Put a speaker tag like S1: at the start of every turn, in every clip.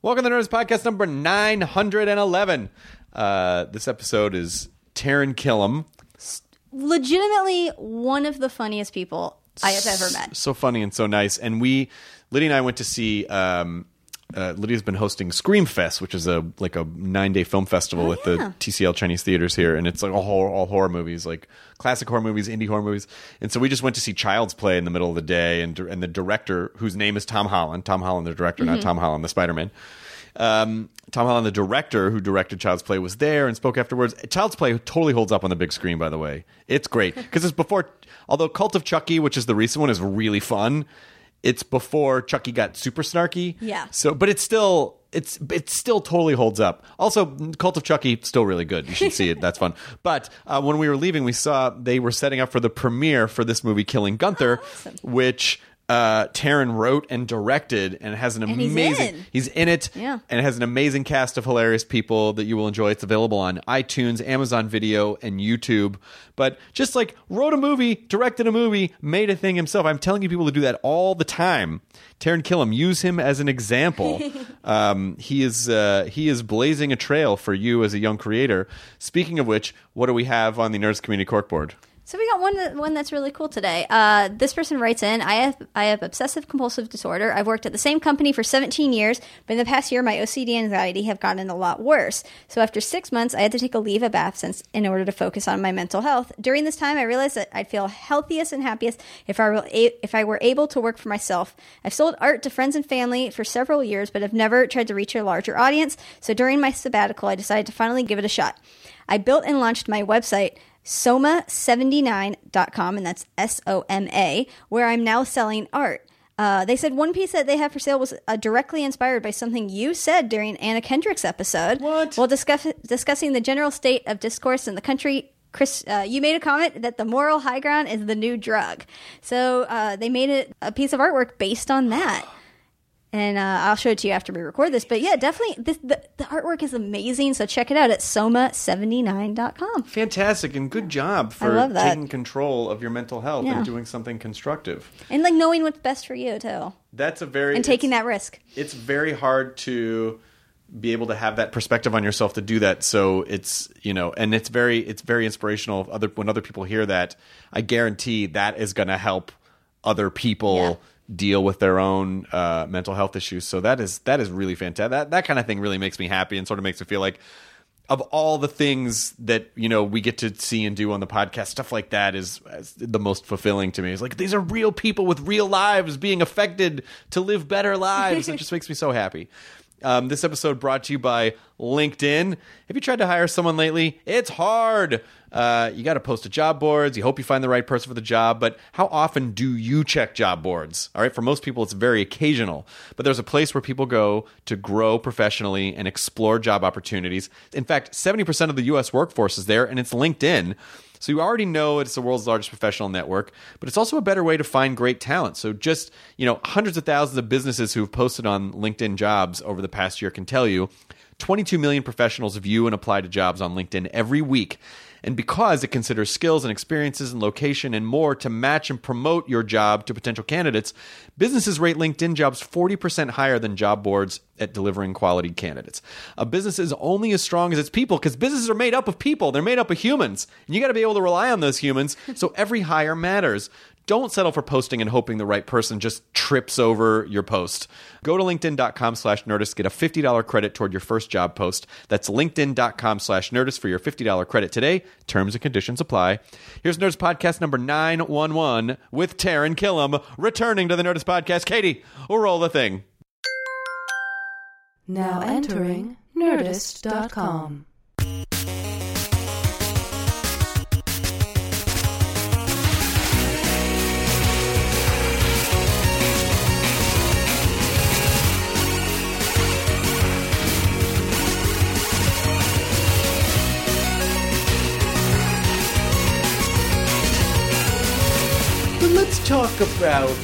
S1: Welcome to Nerds Podcast number 911. Uh, this episode is Taryn Killam.
S2: legitimately one of the funniest people I have ever met.
S1: So funny and so nice. And we, Lydia and I went to see, um, uh, Lydia's been hosting Scream Fest, which is a like a nine day film festival at the TCL Chinese theaters here, and it's like all horror, all horror movies, like classic horror movies, indie horror movies. And so we just went to see Child's Play in the middle of the day, and and the director, whose name is Tom Holland, Tom Holland, the director, not Tom Holland, the Spider Man. um, Tom Holland, the director who directed Child's Play, was there and spoke afterwards. Child's Play totally holds up on the big screen, by the way. It's great because it's before. Although Cult of Chucky, which is the recent one, is really fun. It's before Chucky got super snarky.
S2: Yeah.
S1: So, but it's still it's it still totally holds up. Also, Cult of Chucky still really good. You should see it. That's fun. But uh, when we were leaving, we saw they were setting up for the premiere for this movie, Killing Gunther, which. Uh, Taryn wrote and directed, and has an
S2: he's
S1: amazing.
S2: in.
S1: He's in it.
S2: Yeah.
S1: And it has an amazing cast of hilarious people that you will enjoy. It's available on iTunes, Amazon Video, and YouTube. But just like wrote a movie, directed a movie, made a thing himself. I'm telling you people to do that all the time. Taryn Killam, use him as an example. um, he is uh, he is blazing a trail for you as a young creator. Speaking of which, what do we have on the Nerds Community Corkboard?
S2: So we got one that, one that's really cool today. Uh, this person writes in, I have I have obsessive compulsive disorder. I've worked at the same company for 17 years, but in the past year my OCD and anxiety have gotten a lot worse. So after 6 months, I had to take a leave of absence in order to focus on my mental health. During this time, I realized that I'd feel healthiest and happiest if I were a- if I were able to work for myself. I've sold art to friends and family for several years, but have never tried to reach a larger audience. So during my sabbatical, I decided to finally give it a shot. I built and launched my website, soma79.com, and that's S O M A, where I'm now selling art. Uh, they said one piece that they have for sale was uh, directly inspired by something you said during Anna Kendrick's episode. What? While discuss- discussing the general state of discourse in the country, Chris, uh, you made a comment that the moral high ground is the new drug. So uh, they made it a piece of artwork based on that and uh, I'll show it to you after we record this. But yeah, definitely, this, the, the artwork is amazing. So check it out at soma79.com.
S1: Fantastic and good job
S2: I
S1: for
S2: love that.
S1: taking control of your mental health
S2: Yeah.
S1: and doing something constructive.
S2: And like knowing what's best for you, too,
S1: That's a very
S2: and taking
S1: it's-
S2: that risk.
S1: it's very hard to be able to have that perspective on yourself to do that so it's you know and it's very it's very inspirational if other when other people hear that i guarantee that is going to help other people
S2: Yeah.
S1: deal with their own uh, mental health issues so that is that is really fantastic that, that kind of thing really makes me happy and sort of makes me feel like of all the things that you know we get to see and do on the podcast stuff like that is, is the most fulfilling to me it's like these are real people with real lives being affected to live better lives it just makes me so happy um, this episode brought to you by linkedin have you tried to hire someone lately it's hard uh, you got to post to job boards you hope you find the right person for the job but how often do you check job boards all right for most people it's very occasional but there's a place where people go to grow professionally and explore job opportunities in fact 70% of the us workforce is there and it's linkedin so you already know it's the world's largest professional network, but it's also a better way to find great talent. So just, you know, hundreds of thousands of businesses who've posted on LinkedIn jobs over the past year can tell you 22 million professionals view and apply to jobs on LinkedIn every week. And because it considers skills and experiences and location and more to match and promote your job to potential candidates, businesses rate LinkedIn jobs 40% higher than job boards at delivering quality candidates. A business is only as strong as its people because businesses are made up of people, they're made up of humans. And you got to be able to rely on those humans. So every hire matters. Don't settle for posting and hoping the right person just trips over your post. Go to linkedin.com slash Nerdist. Get a $50 credit toward your first job post. That's linkedin.com slash Nerdist for your $50 credit today. Terms and conditions apply. Here's Nerdist Podcast number 911 with Taryn Killam returning to the Nerdist Podcast. Katie, roll the thing.
S3: Now entering Nerdist.com.
S1: But let's talk about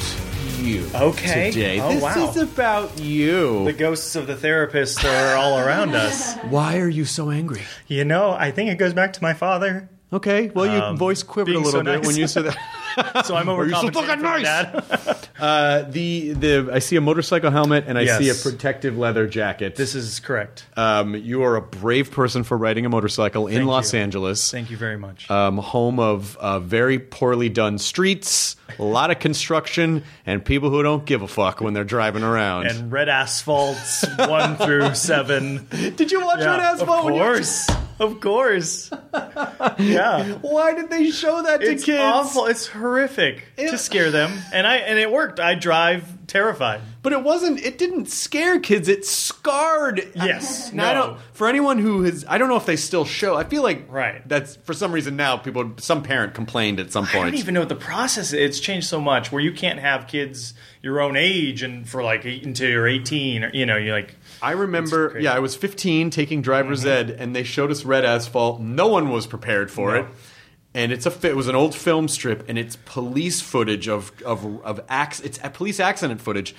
S1: you
S4: Okay.
S1: today.
S4: Oh,
S1: this
S4: wow.
S1: is about you.
S4: The ghosts of the therapists are all around us.
S1: Why are you so angry?
S4: You know, I think it goes back to my father.
S1: Okay, well, your voice quivered a
S4: Um, being
S1: little
S4: so
S1: bit
S4: nice.
S1: when you said that.
S4: So I'm
S1: Are
S4: over.
S1: you so fucking nice? uh, the the I see a motorcycle helmet and I
S4: Yes.
S1: see a protective leather jacket.
S4: This is correct.
S1: um, you are a brave person for riding a motorcycle in
S4: Thank
S1: Los
S4: you.
S1: Angeles.
S4: Thank you very much.
S1: um, home of uh, very poorly done streets, a lot of construction, and people who don't give a fuck when they're driving around.
S4: and red asphalts one through seven.
S1: Did you watch Red Asphalt?
S4: Of
S1: when you-
S4: course. Of course. Yeah.
S1: Why did they show that to
S4: It's
S1: kids?
S4: awful. It's horrific to scare them. And I and it worked. I drive terrified.
S1: But it wasn't. It didn't scare kids. It scarred.
S4: Yes,
S1: Now, I
S4: no.
S1: don't. For anyone who has, I don't know if they still show. I feel like
S4: Right.
S1: That's for some reason now. People, some parent complained at some
S4: I
S1: point.
S4: don't even know what the process is. It's changed so much where you can't have kids your own age and for like eight, until you're 18 or, you know, you're like,
S1: I remember.
S4: crazy. Mm-hmm.
S1: Yeah, I was 15, taking driver's ed, and they showed us Red Asphalt. No one was prepared for it. And it's a fi- it was an old film strip, and it's police footage of of of acts. It's a police accident footage,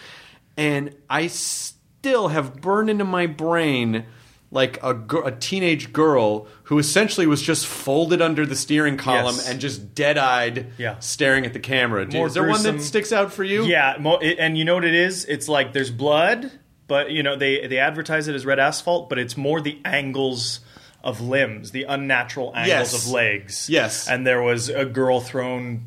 S1: and I still have burned into my brain like a, gir- a teenage girl who essentially was just folded under the steering column
S4: Yes.
S1: and just dead eyed,
S4: Yeah.
S1: staring at the camera. Do-
S4: More
S1: Is there one
S4: gruesome-
S1: that sticks out for you?
S4: yeah. Mo- it, and you know what it is? It's like there's blood, but, you know, they, they advertise it as red asphalt, but it's more the angles of limbs, the unnatural angles
S1: Yes.
S4: of legs.
S1: Yes.
S4: And there was a girl thrown.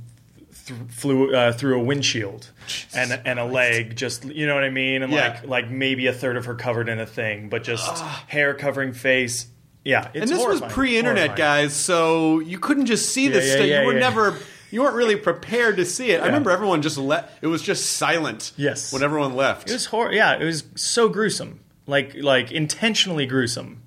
S4: th- Flew uh, through a windshield and and a leg, just you know what I mean, and
S1: Yeah.
S4: like like maybe a third of her covered in a thing, but just hair covering face. Yeah, it's
S1: and this
S4: horrifying.
S1: was pre-internet,
S4: Horrifying.
S1: guys, so you couldn't just see this
S4: yeah,
S1: stuff.
S4: yeah,
S1: you were
S4: yeah.
S1: never, you weren't really prepared to see it. I remember everyone just let. It was just silent.
S4: Yes.
S1: when everyone left.
S4: It was hor- Yeah, it was so gruesome. Like like intentionally gruesome.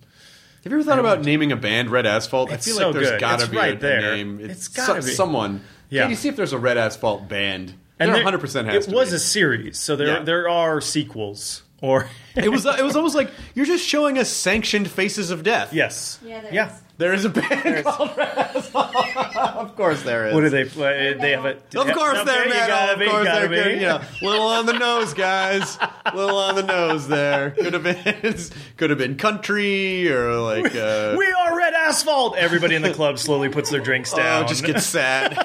S1: Have you ever thought about naming a band Red Asphalt? I
S4: It's
S1: feel
S4: so
S1: like there's
S4: good.
S1: gotta
S4: It's
S1: be
S4: right
S1: a
S4: there.
S1: name.
S4: It's gotta be.
S1: someone.
S4: Yeah.
S1: Can you see if there's a Red Asphalt band? there 100 percent has
S4: It
S1: to
S4: was
S1: be.
S4: a series, so there
S1: Yeah.
S4: there are sequels or
S1: it was. It was almost like you're just showing us sanctioned faces of death.
S4: yes.
S2: Yeah, there
S4: yeah.
S2: is.
S1: There is a band called Red Asphalt. of course there is.
S4: What do they play? They have a
S1: Of course
S4: Nope,
S1: they're
S4: you
S1: metal.
S4: gotta
S1: Of
S4: be,
S1: course
S4: gotta
S1: they're good.
S4: be.
S1: You know, little on the nose, guys. little on the nose there. Could have been could have been country or like uh,
S4: We are red asphalt. Everybody in the club slowly puts their drinks down.
S1: oh, just get sad.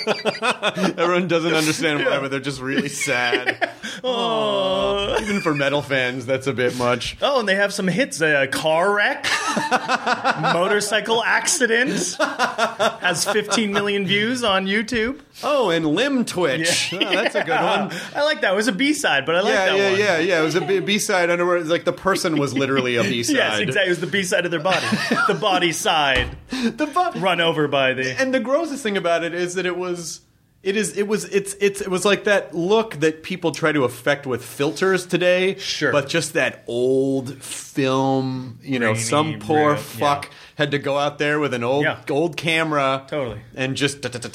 S1: Everyone doesn't understand why, but they're just really sad. Aw. Even for metal fans, that's a bit much.
S4: Oh, and they have some hits: uh, car wreck, motorcycle accident. Has 15 million views on YouTube.
S1: Oh, and limb twitch. Oh, that's a good one.
S4: I like that. It was a B side, but I like
S1: yeah,
S4: that
S1: yeah,
S4: one.
S1: yeah, yeah. It was a B- B-side underwear. It's like the person was literally a B-side.
S4: Yes, exactly. It was the B side of their body, the body side,
S1: The bu-
S4: run over by the.
S1: and the grossest thing about it is that it was it is it was it's it's it was like that look that people try to affect with filters today
S4: Sure.
S1: but just that old film you know
S4: Grainy,
S1: some poor
S4: real-
S1: fuck
S4: yeah.
S1: had to go out there with an old
S4: Yeah.
S1: old camera
S4: Totally.
S1: and just
S4: Yeah, from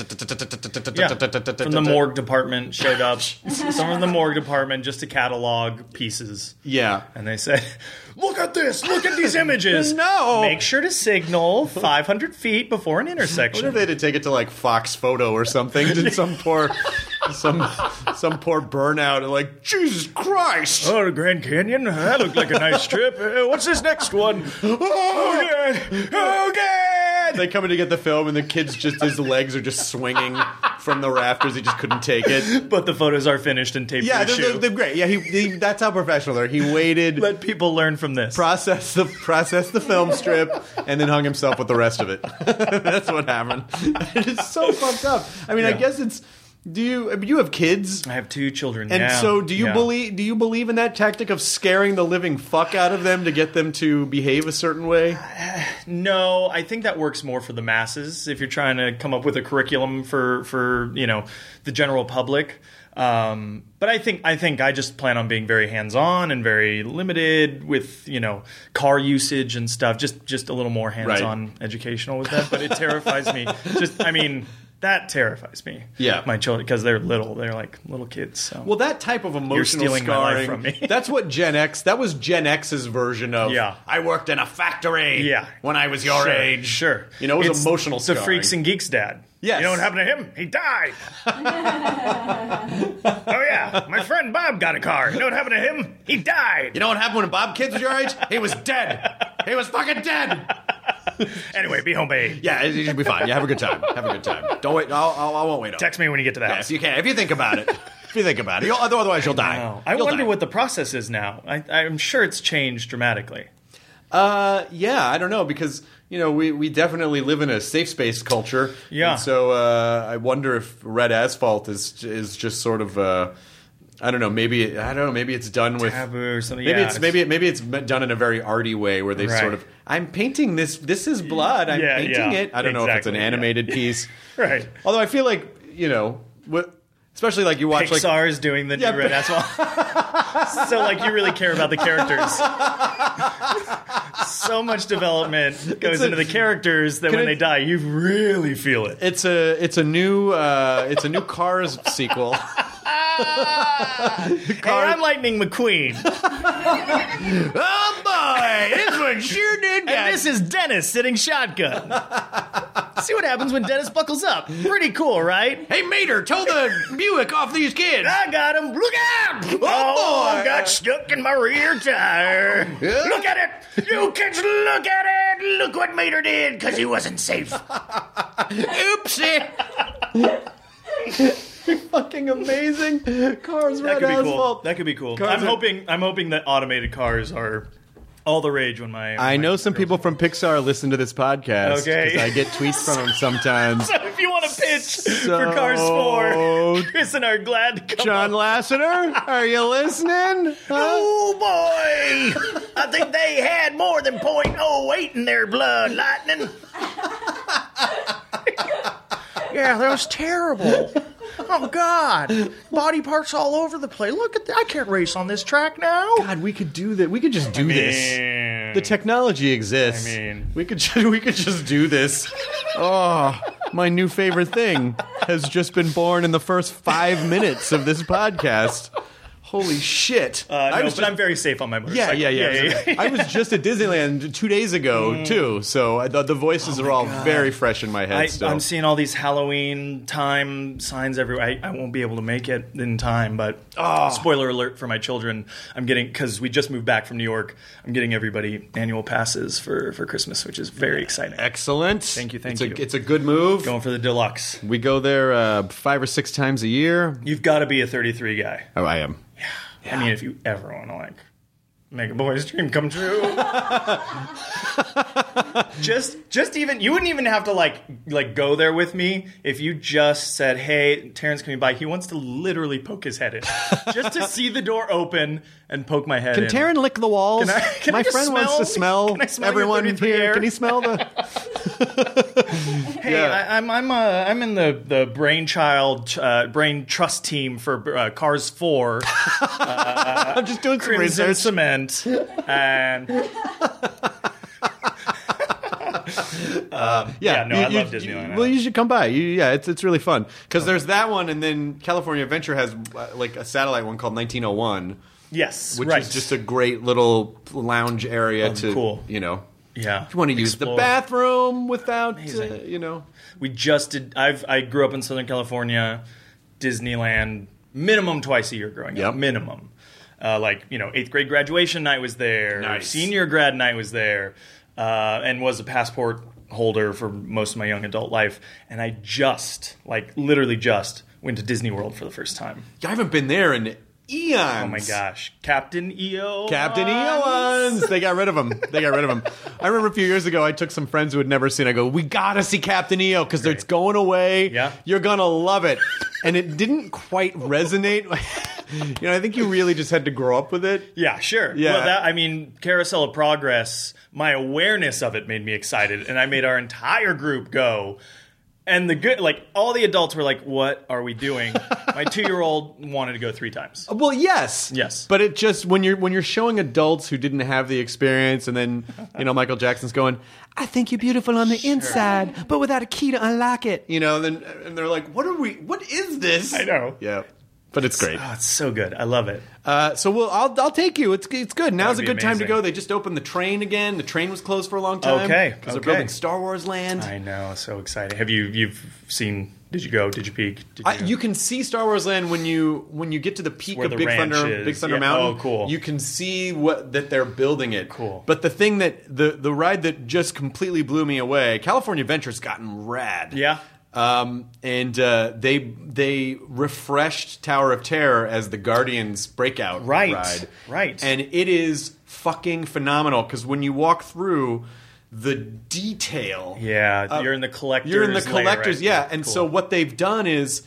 S4: the morgue department showed up. Someone from the morgue department just to catalog pieces,
S1: yeah
S4: and they said, "Look at this! Look at these images!
S1: No.
S4: make sure to signal 500 feet before an
S1: what if
S4: intersection."
S1: they had to take it to like Fox Photo or something? Did some poor, some, some poor burnout and like Jesus Christ!
S4: Oh, the Grand Canyon. That looked like a nice trip. Uh, what's this next one? Oh, God! Oh, God!
S1: They come in to get the film, and the kid's just his legs are just swinging from the rafters. He just couldn't take it.
S4: But the photos are finished and taped
S1: Yeah,
S4: to the
S1: they're,
S4: shoe.
S1: they're, they're great. Yeah, he, he, that's how professional they're. He waited,
S4: Let people learn from this.
S1: processed the processed the film strip, and then hung himself with the rest of it. that's what happened. it's so fucked up. I mean, I
S4: Yeah.
S1: guess it's Do you I mean, you have kids?
S4: I have two children,
S1: And
S4: yeah,
S1: so, do you
S4: yeah.
S1: believe do you believe in that tactic of scaring the living fuck out of them to get them to behave a certain way?
S4: No, I think that works more for the masses. If you're trying to come up with a curriculum for for you know the general public, um, but I think I think I just plan on being very hands on and very limited with you know car usage and stuff. Just just a little more hands on educational with that. But it terrifies me. Just I mean that terrifies me.
S1: Yeah.
S4: my children because they're little. They're like little kids. So.
S1: Well, that type of emotional
S4: stealing my life
S1: scarring.
S4: from me.
S1: That's what Gen X. That was Gen X's version of.
S4: Yeah.
S1: I worked in a factory.
S4: Yeah.
S1: When I was your
S4: Sure,
S1: age.
S4: Sure.
S1: You know, it was
S4: It's
S1: emotional
S4: The
S1: scarring.
S4: Freaks and Geeks dad.
S1: Yes.
S4: You know what happened to him? He died. oh, yeah. My friend Bob got a car. You know what happened to him? He died.
S1: You know what happened when Bob Kids was your age? He was dead. He was fucking dead.
S4: Anyway, be home, babe.
S1: Yeah, it, it should be fine. Yeah, have a good time. Have a good time. Don't wait. I'll, I'll, I won't wait. up.
S4: Text me when you get to the
S1: Yeah,
S4: house.
S1: if you can. If you think about it. If you think about it. You'll, otherwise, you'll die.
S4: Oh, I
S1: You'll
S4: wonder
S1: die.
S4: what the process is now. I, I'm sure it's changed dramatically.
S1: Uh, yeah, I don't know because you know we, we definitely live in a safe space culture.
S4: Yeah.
S1: And so uh, I wonder if red asphalt is is just sort of uh, I don't know maybe I don't know maybe it's done with
S4: Taboo or something,
S1: Maybe
S4: yeah,
S1: it's
S4: it's-
S1: maybe it, maybe it's me- done in a very arty way where they
S4: Right.
S1: sort of I'm painting this this is blood I'm
S4: Yeah,
S1: painting
S4: yeah,
S1: it I don't know if it's an
S4: exactly, yeah.
S1: animated piece
S4: Right.
S1: although I feel like you know what especially like you watch
S4: Pixar
S1: like
S4: is doing the
S1: Yeah,
S4: new Red Asphalt. so, like, you really care about the characters. so much development goes
S1: a-
S4: into the characters that
S1: Can
S4: when
S1: I-
S4: they die, you really feel it.
S1: it's a it's a new uh, it's a new Cars sequel.
S4: Hey, I'm Lightning McQueen.
S1: Oh boy, this one sure did
S4: and this is Dennis sitting shotgun. See what happens when Dennis buckles up. Pretty cool, right?
S1: Hey Mater, tow the Buick off these kids.
S4: I got him. Look out! Oh,
S1: boy.
S4: I got stuck in my rear tire. Look at it! You kids, look at it! Look what Mater did because he wasn't safe.
S1: Oopsie. Fucking amazing. Cars red
S4: That could be cool.
S1: asphalt.
S4: That could be cool.
S1: Cars
S4: I'm
S1: are-
S4: hoping. I'm hoping that automated cars are all the rage when my.
S1: I
S4: my
S1: know some
S4: girls-
S1: people from Pixar listen to this podcast.
S4: Okay.
S1: 'cause I get tweets from them sometimes.
S4: If you want to pitch
S1: So-
S4: for Cars 4, Chris and I are glad to come
S1: John
S4: up
S1: Lasseter, are you listening? Huh?
S4: Oh boy! I think they had more than .08 in their blood, Lightning. yeah, that was terrible. Oh God! Body parts all over the place. Look at that! I can't race on this track now.
S1: God, we could do that. We could just do this. The technology exists.
S4: I mean-
S1: we could ju- we could just do this. Oh, my new favorite thing has just been born in the first five minutes of this podcast. Holy shit!
S4: Uh, no,
S1: was
S4: but
S1: ju-
S4: I'm very safe on my
S1: yeah,
S4: motorcycle.
S1: yeah, yeah. I was just at Disneyland two days ago
S4: Hmm.
S1: too, so I, the, the voices are all very fresh in my head.
S4: Oh I,
S1: still.
S4: I'm seeing all these Halloween time signs everywhere. I, I won't be able to make it in time, but spoiler alert for my children. I'm getting because we just moved back from New York. I'm getting everybody annual passes for for Christmas, which is very exciting.
S1: Excellent.
S4: Thank you, thank
S1: it's
S4: you.
S1: A, it's a good move.
S4: Going for the deluxe.
S1: We go there uh, five or six times a year.
S4: You've got to be a 33 guy.
S1: Oh, I am.
S4: I mean, if you ever want to like make a boy's dream come true, just just even you wouldn't even have to like like go there with me if you just said, "Hey, Terrence coming by. He wants to literally poke his head in, just to see the door open and poke my head."
S1: Can
S4: in.
S1: Taryn lick the walls?
S4: Can I- can
S1: My
S4: I just
S1: friend wants to smell,
S4: smell- can I smell your
S1: everyone
S4: 33
S1: here.
S4: air?
S1: Can he smell the?
S4: Hey, I, I'm I'm uh, I'm in the the brainchild uh, brain trust team for uh, Cars Four.
S1: I'm just doing some
S4: crimson
S1: research.
S4: cement and yeah, no, I love Disneyland.
S1: well, you should come by. You, yeah, it's it's really fun because there's that one, and then California Adventure has uh, like a satellite one called 1901,
S4: yes,
S1: which
S4: right. Oh,
S1: is just a great little lounge area to
S4: cool.
S1: you know.
S4: yeah.
S1: If you want to use the
S4: Explore.
S1: bathroom without, uh,
S4: Amazing.
S1: you know,
S4: We just did. I've I grew up in Southern California, Disneyland minimum twice a year growing
S1: Yep.
S4: up. Minimum, uh, like you know, eighth grade graduation night was there.
S1: Nice.
S4: Senior grad night was there, uh, and was a passport holder for most of my young adult life. And I just like literally just went to Disney World for the first time.
S1: I haven't been there in eons.
S4: Oh my gosh, Captain E EO.
S1: Captain Eowens. They got rid of him. They got rid of him. I remember a few years ago, I took some friends who had never seen. it. I go, we gotta see Captain EO because it's going away.
S4: Yeah.
S1: you're gonna love it. and it didn't quite resonate. you know, I think you really just had to grow up with it.
S4: Yeah, sure.
S1: Yeah.
S4: Well, that, I mean, Carousel of Progress, my awareness of it made me excited, and I made our entire group go. And the good, like, all the adults were like, what are we doing? my two year old wanted to go three times.
S1: Well, yes,
S4: Yes.
S1: but it just when you're when you're showing adults who didn't have the experience, and then you know Michael Jackson's going, "I think you're beautiful on the inside, but without a key to unlock it," you know, and then and they're like, "What are we? What is this?"
S4: I know.
S1: Yeah, but it's great.
S4: Oh, it's so good. I love it.
S1: Uh, so we'll I'll I'll take you. It's it's good. Now's a
S4: be
S1: good time to
S4: amazing.
S1: go. They just opened the train again. The train was closed for a long time.
S4: Okay,
S1: because they're
S4: okay.
S1: building Star Wars Land.
S4: I know. So exciting. Have you, you've seen, did you go? Did you peek? Did
S1: I, you can see Star Wars Land when you when you get to the peak
S4: Where
S1: of
S4: the
S1: Big
S4: ranch
S1: Thunder
S4: is.
S1: Big Thunder
S4: Yeah.
S1: Mountain.
S4: Oh, cool.
S1: You can see what that they're building it.
S4: Cool.
S1: But the thing that the the ride that just completely blew me away, California Adventure's gotten rad.
S4: Yeah.
S1: Um, and uh, they they refreshed Tower of Terror as the Guardians breakout
S4: Right,
S1: ride.
S4: right.
S1: And it is fucking phenomenal because when you walk through the detail
S4: Yeah, you're in the collector's
S1: Uh, you're in the
S4: layer, right?
S1: collectors yeah
S4: Yeah,
S1: and
S4: cool.
S1: so what they've done is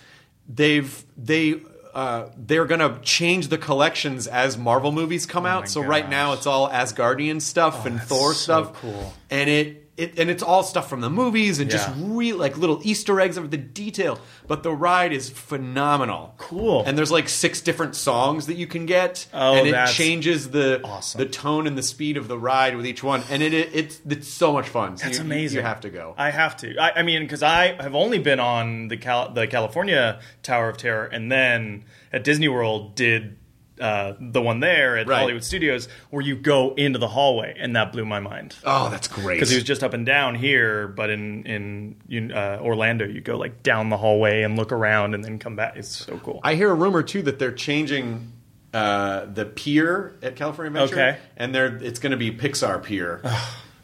S1: they've they uh, they're gonna change the collections as Marvel movies come
S4: Oh
S1: out. So right now it's all Asgardian stuff and Thor stuff.
S4: cool.
S1: And it, it and it's all stuff from the movies and just
S4: Yeah.
S1: real like little Easter eggs of the detail. But the ride is phenomenal.
S4: Cool.
S1: And there's like six different songs that you can get.
S4: Oh,
S1: and it
S4: that's
S1: changes the
S4: awesome.
S1: the tone and the speed of the ride with each one. And it, it it's it's so much fun. So
S4: That's
S1: you- you-
S4: amazing.
S1: You have to go.
S4: I have to. I, I mean, because I have only been on the Cal- the California Tower of Terror, and then at Disney World did uh, the one there at
S1: Right.
S4: Hollywood Studios, where you go into the hallway, and that blew my mind.
S1: Oh, that's great.
S4: Because it was just up and down here, but in in you- uh, Orlando, you go like down the hallway and look around, and then come back. It's so cool.
S1: I hear a rumor too that they're changing uh, the pier at California Adventure,
S4: Okay.
S1: and they're it's going to be Pixar Pier,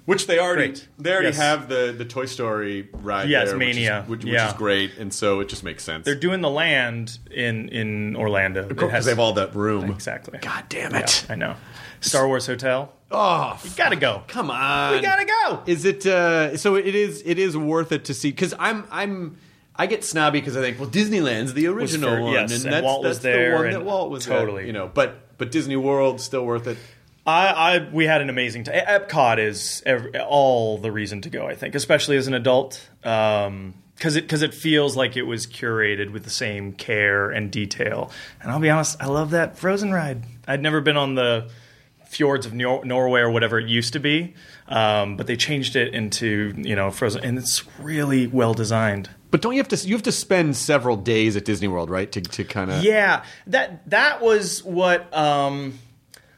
S1: which they already
S4: Great.
S1: they already
S4: Yes.
S1: have the the Toy Story ride.
S4: Yes,
S1: there,
S4: Mania.
S1: which, is, which, which
S4: Yeah.
S1: is great, and so it just makes sense.
S4: They're doing the land in in Orlando It
S1: because
S4: has-
S1: they have all that room.
S4: exactly.
S1: God damn it!
S4: I know. Star Wars Hotel.
S1: Oh,
S4: You gotta go.
S1: come on,
S4: We gotta go.
S1: Is it uh, so? It is. It is worth it to see because I'm. I'm. I get snobby because I think, well, Disneyland's the original
S4: fir-
S1: one,
S4: yes,
S1: and,
S4: and
S1: that's,
S4: Walt was
S1: that's
S4: there,
S1: the one
S4: and
S1: that Walt was at,
S4: totally.
S1: you know. But but Disney World still worth it.
S4: I, I we had an amazing time. Epcot is ev all the reason to go. I think, especially as an adult, because it because it feels like it was curated with the same care and detail. And I'll be honest, I love that Frozen ride. I'd never been on the fjords of Nor- Norway or whatever it used to be, um, but they changed it into you know Frozen, and it's really well designed.
S1: But don't you have to? You have to spend several days at Disney World, right? To to kind of
S4: Yeah, that that was what um,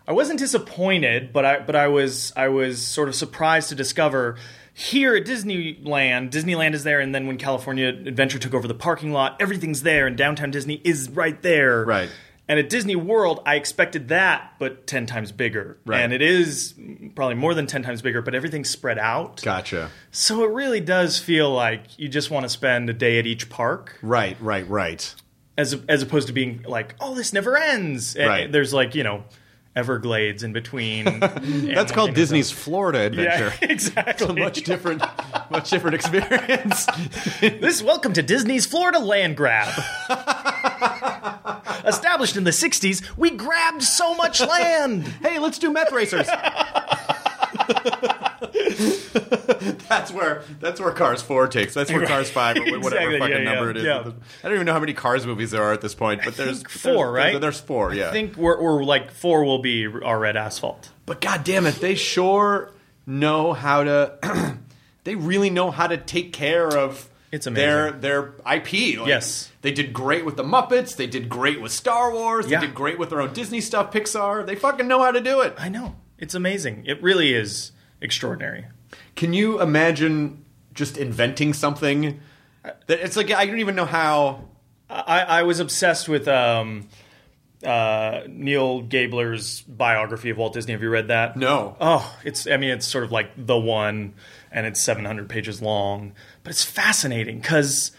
S4: I wasn't disappointed, but I but I was I was sort of surprised to discover here at Disneyland. Disneyland is there, and then when California Adventure took over the parking lot, everything's there, and downtown Disney is right there.
S1: Right.
S4: And at Disney World, I expected that, but ten times bigger.
S1: Right.
S4: And it is probably more than ten times bigger, but everything's spread out.
S1: Gotcha.
S4: So it really does feel like you just want to spend a day at each park
S1: Right, right, right.
S4: as as opposed to being like, oh, this never ends. And
S1: Right.
S4: There's like you know, Everglades in between.
S1: That's called Disney's Florida adventure.
S4: Yeah, exactly.
S1: much different, much different experience.
S4: This welcome to Disney's Florida land grab. Established in the '60s, we grabbed so much land.
S1: hey, let's do meth racers. that's where that's where Cars Four takes. That's where Cars Five or whatever
S4: Exactly,
S1: fucking
S4: yeah, yeah,
S1: number it is.
S4: yeah.
S1: I don't even know how many Cars movies there are at this point, but there's
S4: four,
S1: there's-
S4: right?
S1: There's four, yeah.
S4: I think we're, we're like four will be our red asphalt.
S1: But god damn it, they sure know how to. they really know how to take care of
S4: It's
S1: their
S4: amazing.
S1: their IP. Like,
S4: Yes.
S1: they did great with the Muppets. They did great with Star Wars.
S4: Yeah.
S1: They did great with their own Disney stuff, Pixar. They fucking know how to do it.
S4: I know it's amazing. It really is extraordinary.
S1: Can you imagine just inventing something? That it's like I don't even know how.
S4: I, I was obsessed with um, uh, Neil Gabler's biography of Walt Disney. Have you read that?
S1: No.
S4: Oh, it's. I mean, it's sort of like the one, and it's 700 pages long, but it's fascinating because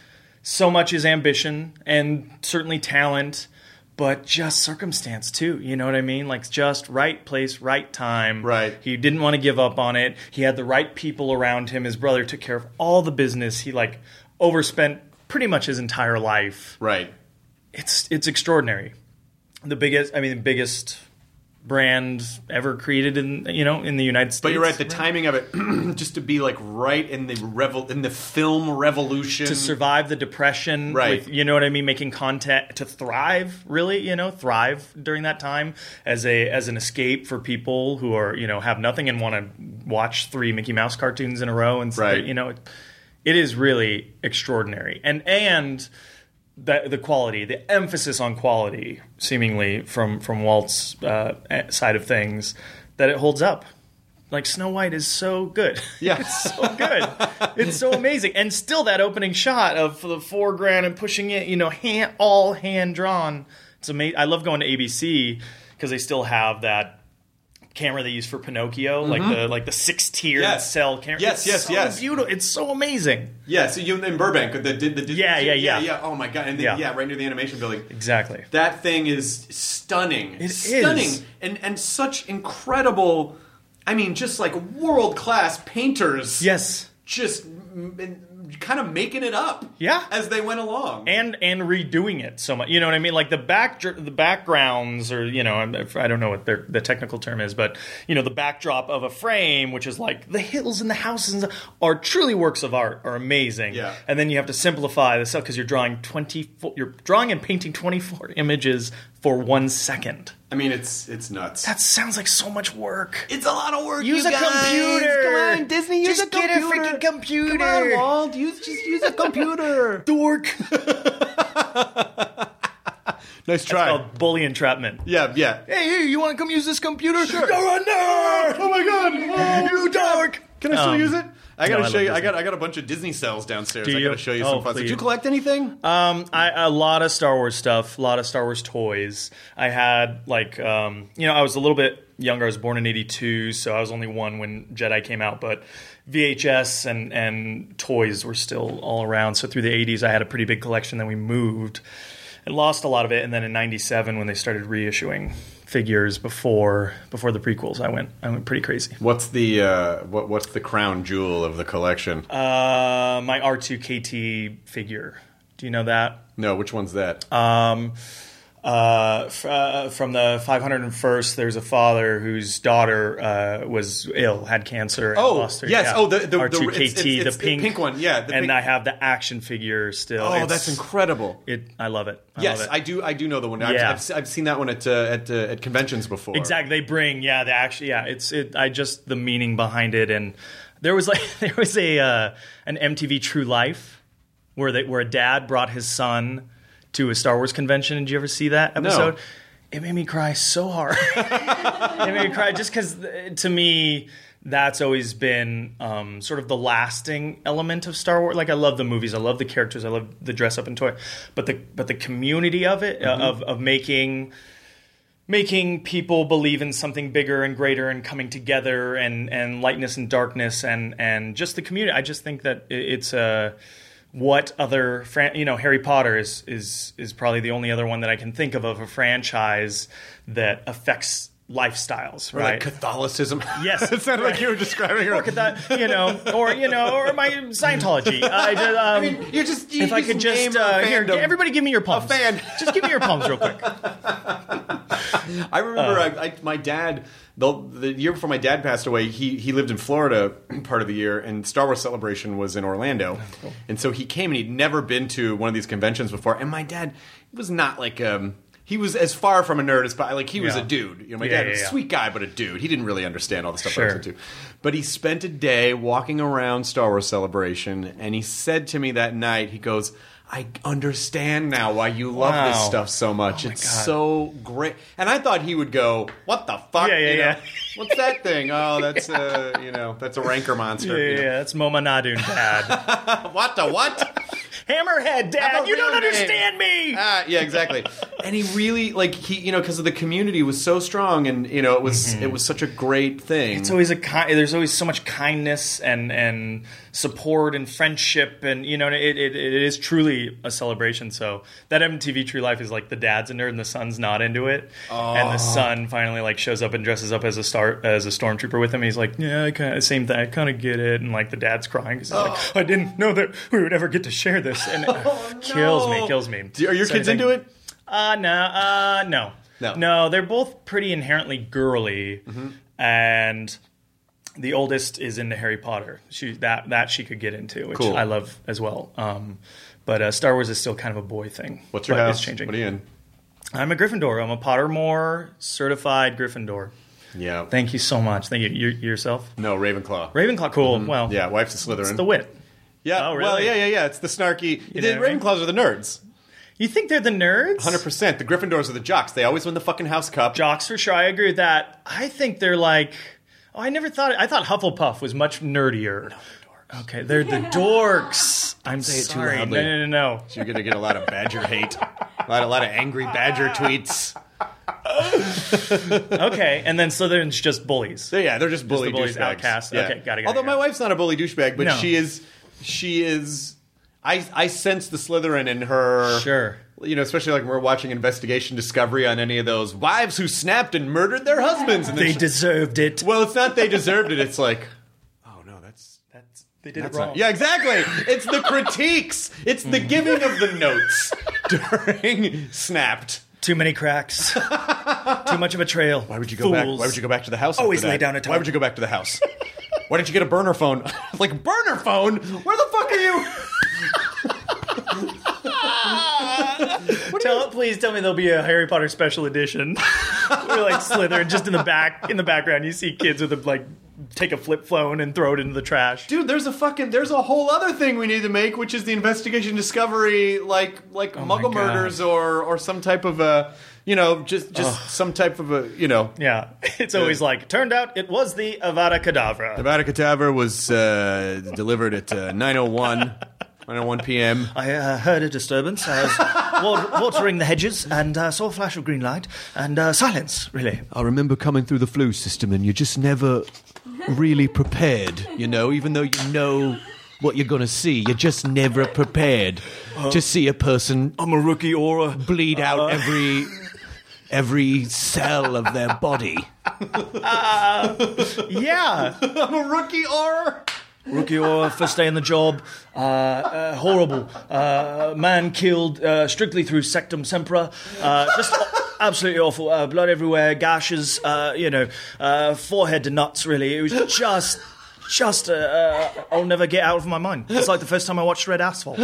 S4: so much is ambition and certainly talent, but just circumstance too. You know what I mean? Like just right place, right time.
S1: Right.
S4: He didn't want to give up on it. He had the right people around him. His brother took care of all the business. He like overspent pretty much his entire life.
S1: Right.
S4: It's it's extraordinary. The biggest, I mean, the biggest brand ever created in you know in the United States.
S1: But you're right. The timing of it, just to be like right in the revel in the film revolution.
S4: to survive the depression
S1: Right.
S4: with, you know what i mean making content to thrive really you know thrive during that time as a as an escape for people who are you know have nothing and want to watch three mickey mouse cartoons in a row and so-
S1: Right.
S4: you know it, it is really extraordinary and and the, the quality, the emphasis on quality, seemingly from from Walt's uh, side of things, that it holds up. Like Snow White is so good.
S1: Yeah.
S4: It's so good. It's so amazing. And still that opening shot of the foreground and pushing it, you know, hand, all hand drawn. It's amazing. I love going to ABC because they still have that camera they use for Pinocchio, like the like the six tier
S1: Mm-hmm. Yes.
S4: cell camera.
S1: Yes,
S4: It's
S1: yes,
S4: so
S1: yes.
S4: Beautiful. It's so amazing.
S1: yeah. So you in Burbank the, the, the
S4: Yeah, yeah, yeah.
S1: yeah Oh my god. And then,
S4: Yeah.
S1: yeah. right near the animation building.
S4: Exactly.
S1: That thing is stunning.
S4: It
S1: stunning.
S4: is.
S1: And and such incredible. I mean, just like world class painters.
S4: Yes.
S1: Just m- m- kind of making it up.
S4: Yeah.
S1: As they went along.
S4: and and redoing it so much. You know what I mean? Like the back the backgrounds, or you know, I'm- I don't know what their, the technical term is, but you know, the backdrop of a frame, which is like the hills and the houses, are truly works of art, are amazing.
S1: Yeah.
S4: And then you have to simplify this up because you're drawing twenty four, you're drawing and painting twenty four images for one second.
S1: I mean, it's it's nuts.
S4: That sounds like so much work.
S1: It's a lot of work.
S4: Use
S1: you
S4: a
S1: guys.
S4: computer.
S1: Come on, Disney. Use
S4: Just
S1: a
S4: get a
S1: computer.
S4: freaking computer.
S1: Come on, Walt. Use just use a computer.
S4: Dork.
S1: nice
S4: Oh, bully entrapment.
S1: Yeah, yeah.
S4: Hey, you, you want to come use this computer? Sure. You're a nerd.
S1: Oh my god! Whoa.
S4: you dork.
S1: Can I still
S4: Um,
S1: use it? I
S4: no, I
S1: gotta
S4: love
S1: show you. I
S4: Disney.
S1: got I got a bunch of Disney cells downstairs.
S4: Do
S1: I
S4: you?
S1: gotta show you
S4: Oh,
S1: some fun. stuff.
S4: please.
S1: Did you collect anything?
S4: Um, I a lot of Star Wars stuff, a lot of Star Wars toys. I had like, um, you know, I was a little bit younger. I was born in '82, so I was only one when Jedi came out. But VHS and and toys were still all around. So through the '80s, I had a pretty big collection. Then we moved and lost a lot of it. And then in '97, when they started reissuing figures before before the prequels, I went I went pretty crazy.
S1: What's the uh, what What's the crown jewel of the collection?
S4: Uh, my R2KT figure. Do you know that?
S1: no, which one's that?
S4: Um, uh, f- uh, from the 501st, there's a father whose daughter uh, was ill, had cancer. and
S1: Oh,
S4: lost her,
S1: yes.
S4: yeah.
S1: Oh, the- the- the-
S4: R2KT,
S1: it's- it's- it's
S4: the pink,
S1: the pink one, yeah, the
S4: and
S1: pink-
S4: I have the action figure still.
S1: oh,
S4: It's-
S1: that's incredible.
S4: It, I love it. I
S1: yes,
S4: love it.
S1: I do. I do know the one.
S4: Yeah.
S1: I've, I've, se- I've seen that one at uh, at uh, at conventions before.
S4: Exactly. They bring yeah the action yeah it's it I just the meaning behind it and there was like there was a uh, an MTV True Life where they where a dad brought his son to a Star Wars convention. Did you ever see that episode? It made me cry so hard. it made me cry just because to me that's always been um, sort of the lasting element of Star Wars. Like I love the movies, I love the characters, I love the dress up and toy, but the but the community of it uh of of making making people believe in something bigger and greater and coming together and and lightness and darkness and and just the community. I just think that i- it's a what other fran- you know Harry Potter is is is probably the only other one that I can think of of a franchise that affects lifestyles,
S1: Or
S4: right?
S1: Like Catholicism.
S4: Yes,
S1: it sounded
S4: right.
S1: like you were describing it.
S4: Or cath- you know, or you know, or my Scientology. I, just, um,
S1: You're just. You
S4: if I could just
S1: name a
S4: uh, here,
S1: fandom.
S4: everybody, give me your palms.
S1: fan.
S4: just give me your palms real quick.
S1: I
S4: Uh.
S1: remember I, I, my dad. The, the year before my dad passed away, he he lived in Florida part of the year, and Star Wars Celebration was in Orlando,
S4: Oh,
S1: and so he came and he'd never been to one of these conventions before. And my dad was not like um he was as far from a nerd as but like he was
S4: Yeah.
S1: a dude. You know, my
S4: Yeah,
S1: dad
S4: yeah,
S1: was a
S4: yeah.
S1: sweet guy, but a dude. He didn't really understand all the stuff I
S4: Sure.
S1: was into, but he spent a day walking around Star Wars Celebration, and he said to me that night, he goes. I understand now why you love this
S4: Wow.
S1: stuff so much. it's
S4: Oh God.
S1: so great. And I thought he would go, "What the fuck?
S4: Yeah, yeah,
S1: you know?
S4: yeah.
S1: What's that thing? Oh, that's uh, you know, that's a ranker monster.
S4: Yeah,
S1: you know.
S4: yeah, that's Moma Nadun, Dad.
S1: What the what?
S4: Hammerhead,
S1: Have
S4: Dad.
S1: a
S4: You don't
S1: real name.
S4: understand me.
S1: Ah, yeah, exactly. and he really like he you know because of the community was so strong and you know it was it was such a great thing.
S4: Mm-hmm. It's always a ki- there's always so much kindness and and support and friendship and you know it, it it is truly a celebration. So that MTV True Life is like the dad's a nerd and the son's not into it, and the
S1: Oh.
S4: son finally like shows up and dresses up as a star as a stormtrooper with him. He's like, yeah, I kinda, same thing. I kind of get it, and like the dad's crying because he's like,
S1: Oh.
S4: I didn't know that we would ever get to share this, and it kills me, kills me.
S1: Do- are your
S4: So I
S1: kids
S4: think-
S1: into it?
S4: uh no, uh no.
S1: No. Mm-hmm.
S4: they're both pretty inherently girly and the oldest is into Harry Potter. She that that she could get into, which
S1: Cool.
S4: I love as well. Um but uh, Star Wars is still kind of a boy thing.
S1: What's your
S4: but
S1: house?
S4: It's changing.
S1: What are you in?
S4: I'm a Gryffindor. I'm a Pottermore certified Gryffindor.
S1: Yeah.
S4: Thank you so much. Thank you. you yourself,
S1: no, Ravenclaw.
S4: Ravenclaw. Cool. Well,
S1: Mm-hmm. yeah, wife's a Slytherin.
S4: It's the wit.
S1: Yeah.
S4: Oh,
S1: Well,
S4: really?
S1: yeah, yeah, yeah. It's the snarky.
S4: You
S1: the
S4: know what I mean?
S1: Ravenclaws are the nerds.
S4: You think they're the nerds?
S1: Hundred percent. The Gryffindors are the jocks. They always win the fucking house cup.
S4: Jocks for sure. I agree with that. I think they're like. Oh, I never thought. I thought Hufflepuff was much nerdier. Okay, they're the dorks. I'm
S1: Say it too
S4: sorry.
S1: loudly.
S4: No, no, no, no.
S1: You're gonna get a lot of badger hate. A lot, a lot of angry badger tweets.
S4: Okay, and then Slytherin's just bullies.
S1: They- yeah, they're just bully
S4: the bullies,
S1: douchebags.
S4: outcasts.
S1: Yeah.
S4: Okay, got it, got it,
S1: Although
S4: got
S1: my
S4: it.
S1: wife's not a bully douchebag, but
S4: No.
S1: she is. She is. I I sense the Slytherin in her.
S4: Sure.
S1: You know, especially like when we're watching Investigation Discovery on any of those wives who snapped and murdered their husbands. And then
S4: They
S1: she-
S4: deserved it.
S1: Well, it's not they deserved it. It's like, oh no, that's
S4: That's, they did
S1: that's
S4: it wrong.
S1: not- yeah, exactly. It's the critiques. It's the
S4: Mm.
S1: giving of the notes during Snapped.
S4: Too many cracks. Too much of a trail.
S1: Why would you go back? Why would you go back to the house?
S4: Always
S1: after
S4: lay
S1: that?
S4: down a towel.
S1: Why would you go back to the house? Why didn't you get a burner phone? like burner phone? Where the fuck are you?
S4: Tell, please tell me there'll be a Harry Potter special edition. We're like Slytherin, just in the back, in the background, you see kids with a like take a flip phone and throw it into the trash.
S1: Dude, there's a fucking there's a whole other thing we need to make, which is the investigation discovery, like like Muggle
S4: Oh God.
S1: murders or or some type of a you know just just some type of a you know.
S4: Yeah, it's always like turned out it was the Avada Kedavra.
S1: Nevada Cadaver was uh, delivered at uh, 901 901 p.m.
S4: I uh, heard a disturbance. I was wa- watering the hedges and uh, saw a flash of green light and uh, silence. Really,
S1: I remember coming through the flu system, and you're just never really prepared, you know, even though you know what you're going to see. You're just never prepared to see a person
S4: I'm a rookie aura.
S1: bleed out every. Every cell of their body.
S4: Yeah,
S1: I'm a rookie or
S4: rookie aura. First day in the job. Uh, uh, horrible. Uh, man killed uh, strictly through sectum sempra. Uh, just. Absolutely awful. Uh, blood everywhere, gashes, uh, you know, uh, forehead to nuts, really. It was just, just, uh, uh, I'll never get out of my mind. It's like the first time I watched Red Asphalt.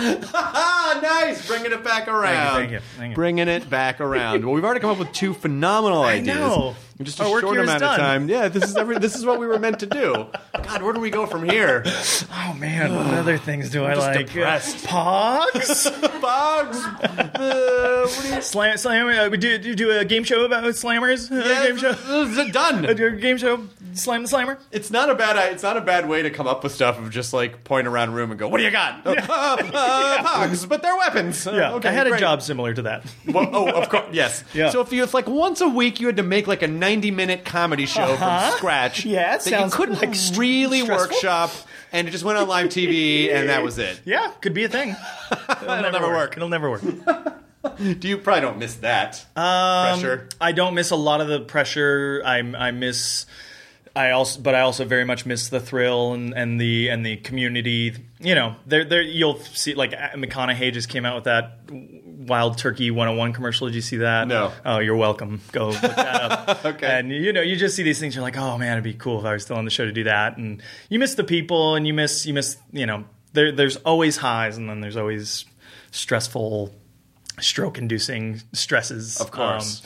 S1: Ah, nice! Bringing it back around.
S4: thank you, thank you.
S1: Bringing it back around. Well, we've already come up with two phenomenal ideas.
S4: know.
S1: In just a
S4: Our work
S1: short
S4: here is
S1: amount of
S4: done.
S1: time. Yeah, this is every. This is what we were meant to do. God, where do we go from here?
S4: Oh man, what other things do I
S1: just
S4: like?
S1: depressed.
S4: Pogs?
S1: Bugs. Uh, what do you
S4: Slam, slam. Uh, we do, do do a game show about slammers. Uh,
S1: Yeah,
S4: game show.
S1: it's- it's done.
S4: Do a game show. Slam the slammer.
S1: It's not a bad. It's not a bad way to come up with stuff of just like point around a room and go, "What do you got?" Oh, uh, uh, Pogs, but they're weapons. Uh,
S4: Yeah.
S1: okay,
S4: I had a
S1: great.
S4: job similar to that.
S1: Well, oh, of course, yes.
S4: Yeah.
S1: So if you, if like once a week, you had to make like a ninety-minute comedy show from scratch.
S4: Uh-huh. Yeah, it
S1: that
S4: sounds,
S1: you couldn't
S4: like, st-
S1: really
S4: stressful.
S1: workshop, and it just went on live TV, and that was it.
S4: yeah, could be a thing. It'll
S1: never work.
S4: It'll never work.
S1: Do you probably don't miss that
S4: Um,
S1: pressure?
S4: I don't miss a lot of the pressure. I I miss. I also, but I also very much miss the thrill and, and the and the community. You know, there there you'll see like McConaughey just came out with that Wild Turkey 101 commercial. Did you see that?
S1: No.
S4: Oh, you're welcome. Go look that up.
S1: Okay.
S4: And you know, you just see these things. You're like, oh man, it'd be cool if I was still on the show to do that. And you miss the people, and you miss you miss you know. There there's always highs, and then there's always stressful, stroke-inducing stresses. Um,
S1: Of course.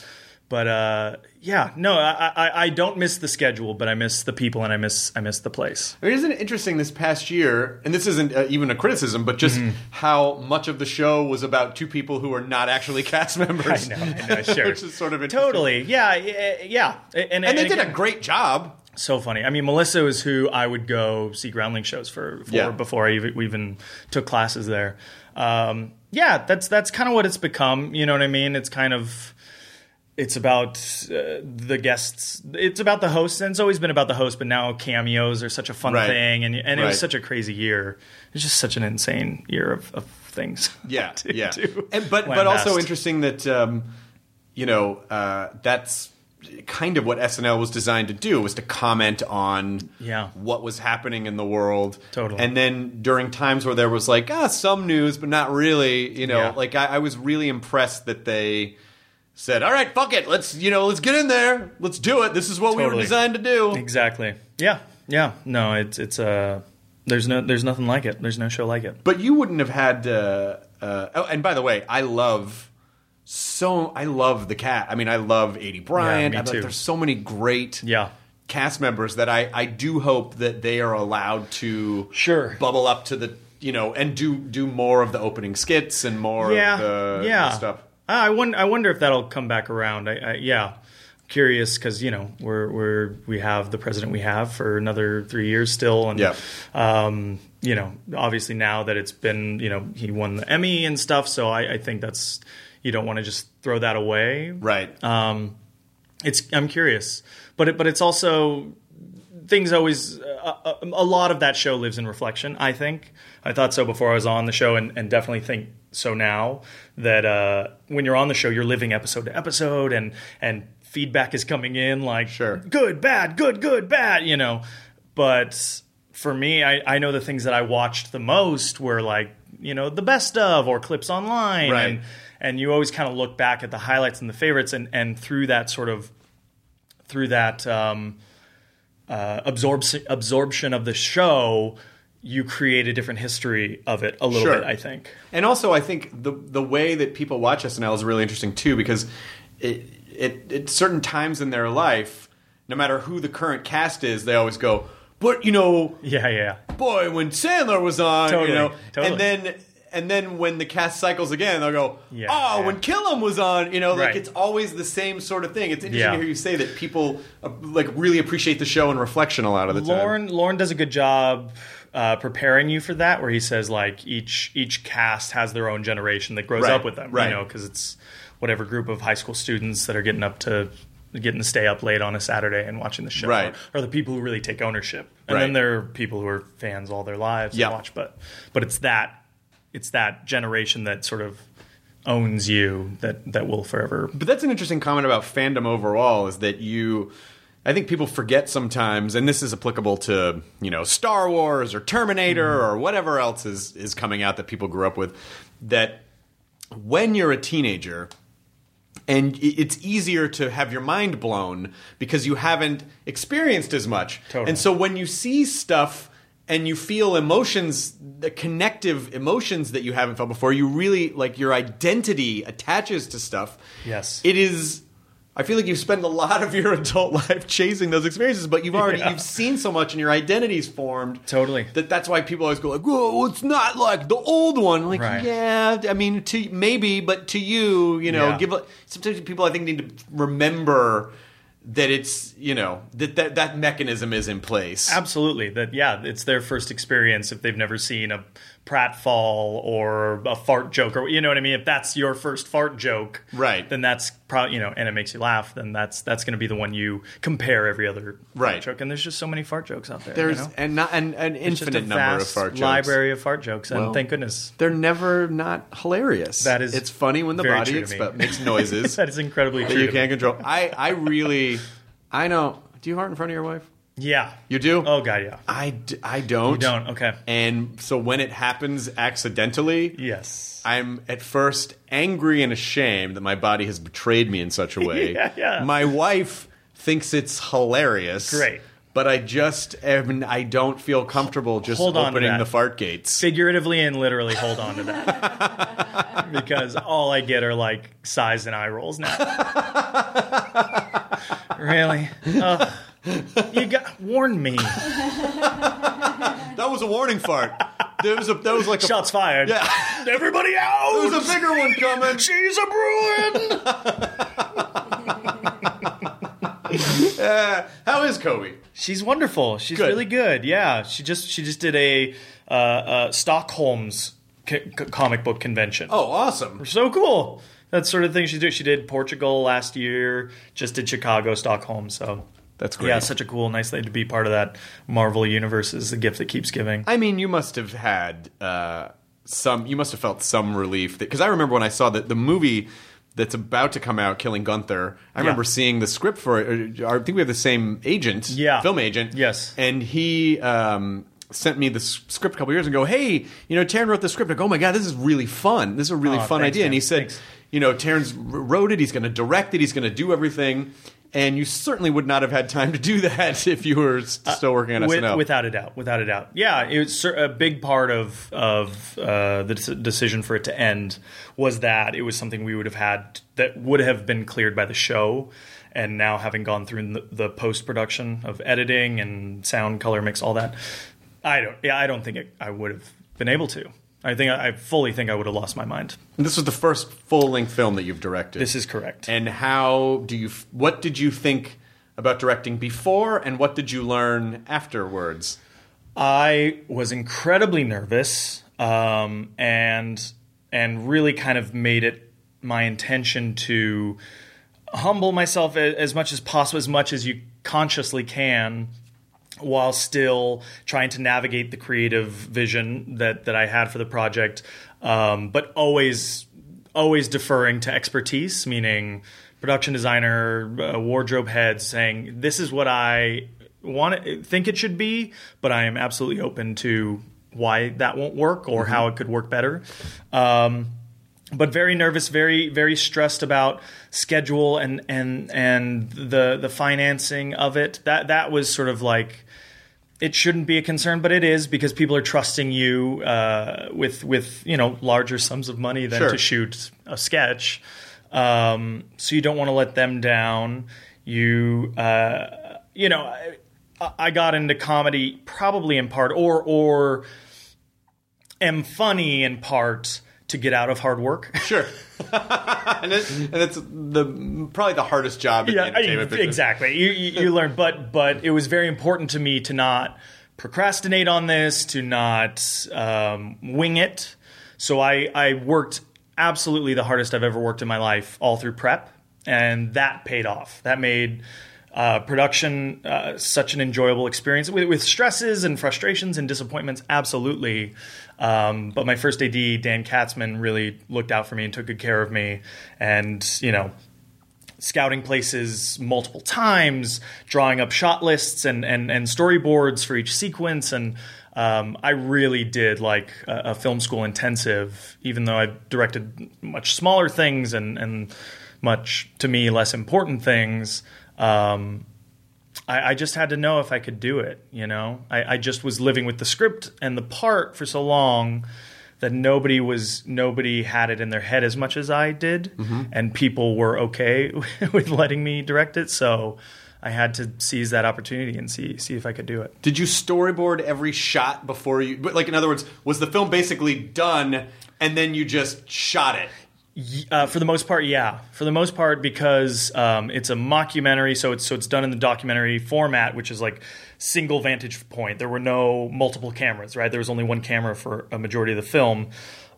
S4: but uh, yeah, no, I, I, I don't miss the schedule, but I miss the people and I miss I miss the place.
S1: I mean, isn't it interesting this past year, and this isn't uh, even a criticism, but just
S4: Mm-hmm.
S1: how much of the show was about two people who are not actually cast members?
S4: I know, I know, sure.
S1: Which is sort of interesting.
S4: Totally, yeah, yeah, yeah. And,
S1: And they did
S4: again-
S1: a great job.
S4: So funny. I mean, Melissa is who I would go see Groundling shows for, for
S1: Yeah.
S4: before I even, we even took classes there. Um, yeah, that's that's kind of what it's become. You know what I mean? It's kind of it's about uh, the guests. It's about the hosts, and it's always been about the host. But now cameos are such a fun
S1: Right.
S4: thing, and and it
S1: Right.
S4: was such a crazy year. It's just such an insane year of, of things.
S1: yeah,
S4: to
S1: yeah.
S4: do.
S1: And, but
S4: Went
S1: but also
S4: best.
S1: interesting that um, you know uh, that's kind of what SNL was designed to do was to comment on
S4: Yeah.
S1: what was happening in the world.
S4: Totally.
S1: And then during times where there was like ah some news but not really, you know,
S4: Yeah.
S1: like I, I was really impressed that they said, "All right, fuck it, let's you know let's get in there, let's do it. This is what we were
S4: Totally.
S1: designed to do."
S4: Exactly. Yeah. Yeah. No, it's it's uh there's no there's nothing like it. There's no show like it.
S1: But you wouldn't have had. Uh, uh, oh, and by the way, I love so I love the cat. I mean, I love Adie Bryant.
S4: me
S1: I- like,
S4: too.
S1: There's so many great
S4: Yeah.
S1: cast members that I I do hope that they are allowed to
S4: Sure.
S1: bubble up to the you know and do do more of the opening skits and more
S4: yeah.
S1: of the, the
S4: yeah.
S1: stuff.
S4: I wonder. I wonder if that'll come back around. I, I yeah. Curious because you know we're we're we have the president we have for another three years still, and
S1: Yeah.
S4: um, you know obviously now that it's been you know he won the Emmy and stuff, so I, I think that's you don't want to just throw that away,
S1: Right.
S4: um, it's I'm curious, but it, but it's also things always uh, a, a lot of that show lives in reflection. I think I thought so before I was on the show, and, and definitely think so now that uh, when you're on the show, you're living episode to episode, and and feedback is coming in like
S1: Sure.
S4: good, bad, good, good, bad, you know. But for me, I, I know the things that I watched the most were like you know the best of or clips online,
S1: Right.
S4: and and you always kind of look back at the highlights and the favorites, and and through that sort of through that um, uh, absorption absorption of the show, you create a different history of it a little
S1: Sure.
S4: bit. I think.
S1: And also, I think the the way that people watch SNL is really interesting too, because it, it at certain times in their life, no matter who the current cast is, they always go, "But you know,
S4: Yeah, yeah, yeah.
S1: boy, when Sandler was on,
S4: Totally,
S1: you know,"
S4: totally.
S1: and then. And then when the cast cycles again, they'll go,
S4: Yeah,
S1: "Oh,
S4: yeah.
S1: when Killam was on, you know, like
S4: Right.
S1: it's always the same sort of thing." It's interesting to
S4: Yeah.
S1: hear you say that people uh, like really appreciate the show and reflection a lot of the time.
S4: Lauren Lauren does a good job uh, preparing you for that, where he says like each each cast has their own generation that grows
S1: Right,
S4: up with them,
S1: right.
S4: you know, because it's whatever group of high school students that are getting up to getting to stay up late on a Saturday and watching the show,
S1: Right.
S4: Or, the people who really take ownership, and
S1: Right.
S4: then there are people who are fans all their lives
S1: Yeah.
S4: and watch, but but it's that it's that generation that sort of owns you that that will forever
S1: But that's an interesting comment about fandom overall is that you I think people forget sometimes and this is applicable to, you know, Star Wars or Terminator or whatever else is is coming out that people grew up with that when you're a teenager and i- it's easier to have your mind blown because you haven't experienced as much.
S4: Totally.
S1: And so when you see stuff and you feel emotions, the connective emotions that you haven't felt before, you really like your identity attaches to stuff.
S4: Yes.
S1: It is I feel like you've spent a lot of your adult life chasing those experiences, but you've already
S4: Yeah.
S1: you've seen so much and your identity's formed.
S4: Totally.
S1: That that's why people always go like, "Whoa, it's not like the old one." Like,
S4: Right.
S1: yeah, I mean, to maybe, but to you, you know,
S4: Yeah.
S1: give a, sometimes people I think need to remember that it's, you know, that that, that mechanism is in place.
S4: Absolutely. That yeah, it's their first experience if they've never seen a pratfall or a fart joke or you know what I mean. If that's your first fart joke,
S1: Right.
S4: Then that's probably you know, and it makes you laugh. Then that's that's going to be the one you compare every other
S1: Right.
S4: fart joke. And there's just so many fart jokes out there.
S1: There's
S4: you know?
S1: and not and an
S4: It's just a
S1: infinite number of
S4: vast
S1: fart jokes.
S4: library of fart jokes, and
S1: Well,
S4: thank goodness.
S1: They're never not hilarious.
S4: That is
S1: it's funny when the
S4: very
S1: body
S4: true to me.
S1: expe- makes noises.
S4: That is incredibly
S1: that
S4: true
S1: you
S4: to
S1: can't control. I, I really, I know. Do you fart in front of your wife?
S4: Yeah.
S1: You do?
S4: Oh god, yeah.
S1: I, d- I don't.
S4: You don't. Okay.
S1: And so when it happens accidentally,
S4: Yes.
S1: I'm at first angry and ashamed that my body has betrayed me in such a way.
S4: Yeah, yeah.
S1: My wife thinks it's hilarious.
S4: Great.
S1: But I just am, I don't feel comfortable just
S4: Hold on to
S1: opening
S4: that.
S1: the fart gates.
S4: figuratively and literally hold on to that because all I get are like sighs and eye rolls now. really? Ugh. you got warn me.
S1: that was a warning fart. There was a that was like a
S4: Shots fired.
S1: Yeah.
S4: Everybody
S1: There
S4: out.
S1: was a bigger one coming.
S4: She's a Bruin.
S1: Uh, how is Kobe?
S4: She's wonderful. She's
S1: Good.
S4: really good. Yeah, she just she just did a uh, uh, Stockholm's c- c- comic book convention.
S1: Oh, awesome.
S4: so cool. That sort of thing she did. She did Portugal last year. Just did Chicago, Stockholm. So
S1: That's great.
S4: yeah, such a cool, nice thing to be part of that Marvel universe. Is the gift that keeps giving.
S1: I mean, you must have had uh, some. You must have felt some relief because I remember when I saw that the movie that's about to come out, Killing Gunther. I remember seeing the script for it. or- or I think we have the same agent,
S4: Yeah.
S1: film agent.
S4: Yes.
S1: and he. Um, Sent me the s- script a couple years ago. Hey, you know, Taryn wrote the script. I go, oh my god, this is really fun. This is a really
S4: Aw,
S1: fun
S4: Oh, thanks,
S1: idea. And
S4: man.
S1: he said,
S4: Thanks.
S1: you know, Taryn's r- wrote it. He's going to direct it. He's going to do everything. And you certainly would not have had time to do that if you were s- still working on
S4: Uh, With-
S1: SNL.
S4: without a doubt, without a doubt. Yeah, it was cer- a big part of of uh, the dec- decision for it to end was that it was something we would have had that would have been cleared by the show, and now having gone through the, the post production of editing and sound, color mix, all that, I don't. Yeah, I don't think it, I would have been able to. I think I, I fully think I would have lost my mind.
S1: This was the first full length film that you've directed.
S4: This is correct.
S1: And how do you? What did you think about directing before, and what did you learn afterwards?
S4: I was incredibly nervous, um, and and really kind of made it my intention to humble myself a- as much as possible, as much as you consciously can, while still trying to navigate the creative vision that that I had for the project, um, but always always deferring to expertise, meaning production designer, uh, wardrobe head, saying this is what I want it, think it should be, but I am absolutely open to why that won't work or how it could work better. Um, but very nervous, very very stressed about schedule and and and the the financing of it. That that was sort of like it shouldn't be a concern, but it is because people are trusting you uh, with with you know larger sums of money than
S1: Sure.
S4: to shoot a sketch. Um, so you don't want to let them down. You uh, you know I, I got into comedy probably in part or or am funny in part to get out of hard work.
S1: Sure. and, it, and it's the probably the hardest job in the
S4: yeah,
S1: entertainment
S4: I-
S1: business.
S4: exactly. You, you, you learn, but but it was very important to me to not procrastinate on this, to not um, wing it. So I I worked absolutely the hardest I've ever worked in my life, all through prep, and that paid off. That made. Uh, production uh, such an enjoyable experience with, with stresses and frustrations and disappointments absolutely um, but my first ad dan katzman really looked out for me and took good care of me and you know scouting places multiple times, drawing up shot lists and and, and storyboards for each sequence, and um, I really did like a, a film school intensive, even though I directed much smaller things and and much to me less important things. Um, I, I just had to know if I could do it. You know, I, I just was living with the script and the part for so long that nobody was nobody had it in their head as much as I did, and people were okay with letting me direct it. So I had to seize that opportunity and see see if I could do it.
S1: Did you storyboard every shot before you? But like, in other words, was the film basically done, and then you just shot it?
S4: Uh, for the most part, yeah. For the most part, because um, it's a mockumentary, so it's so it's done in the documentary format, which is like single vantage point. There were no multiple cameras, right? There was only one camera for a majority of the film,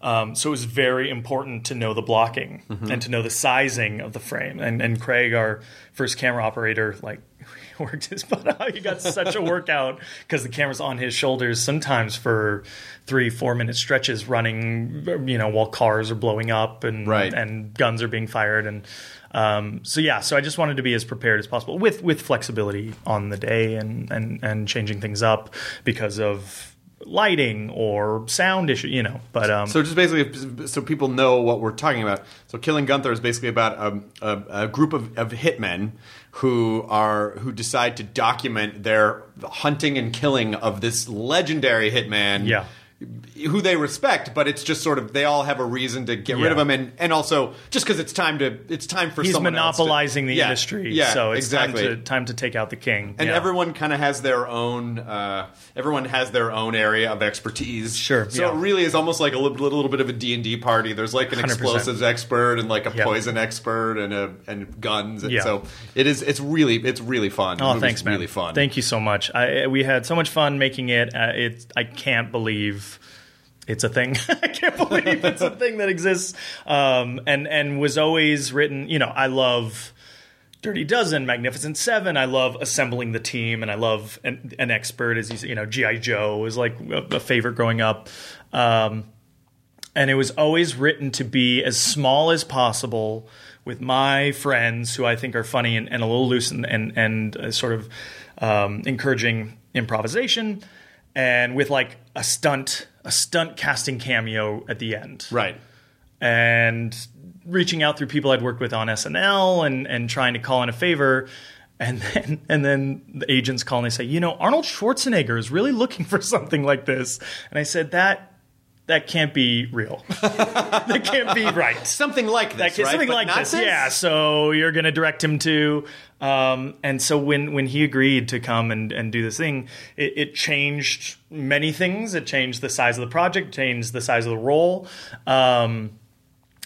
S4: um, so it was very important to know the blocking and to know the sizing of the frame. And and Craig, our first camera operator, like worked his butt out. He got such a workout because the camera's on his shoulders sometimes for three, four minute stretches running, you know, while cars are blowing up and
S1: Right.
S4: and guns are being fired and um, so yeah. So I just wanted to be as prepared as possible with with flexibility on the day and and and changing things up because of lighting or sound issue, you know. But um,
S1: So just basically, so people know what we're talking about. So Killing Gunther is basically about a, a, a group of, of hitmen who are who decide to document their hunting and killing of this legendary hitman.
S4: Yeah.
S1: who they respect, but it's just sort of they all have a reason to get rid of
S4: Yeah.
S1: him, and and also just because it's time to it's time for
S4: He's
S1: someone
S4: monopolizing
S1: else to,
S4: the
S1: Yeah,
S4: industry,
S1: Yeah,
S4: so it's
S1: exactly.
S4: time to time to take out the king.
S1: and
S4: Yeah.
S1: everyone kind of has their own uh, everyone has their own area of expertise
S4: Sure,
S1: so
S4: yeah.
S1: it really is almost like a little, little bit of a d&d party there's like an
S4: 100%.
S1: explosives expert and like a
S4: Yeah.
S1: poison expert and a and guns and
S4: Yeah.
S1: so it is it's really it's really fun The
S4: Oh,
S1: movie's
S4: thanks, man.
S1: really fun
S4: Thank you so much. I, we had so much fun making it. Uh, it I can't believe it's a thing. I can't believe it's a thing that exists. Um, and and was always written. You know, I love. Dirty Dozen, Magnificent Seven. I love assembling the team, and I love an, an expert. As you say, you know, GI Joe was like a, a favorite growing up, um, and it was always written to be as small as possible with my friends, who I think are funny and, and a little loose and and, and uh, sort of um, encouraging improvisation, and with like a stunt a stunt casting cameo at the end,
S1: right
S4: and reaching out through people I'd worked with on SNL and and trying to call in a favor. And then, and then the agents call and they say, you know, Arnold Schwarzenegger is really looking for something like this. And I said, that that can't be real. that can't be right.
S1: something like this
S4: Like,
S1: right?
S4: Something
S1: But
S4: like
S1: not
S4: this. Yeah. So you're going to direct him to. Um, and so when, when he agreed to come and, and do this thing, it, it changed many things. It changed the size of the project, changed the size of the role. Um,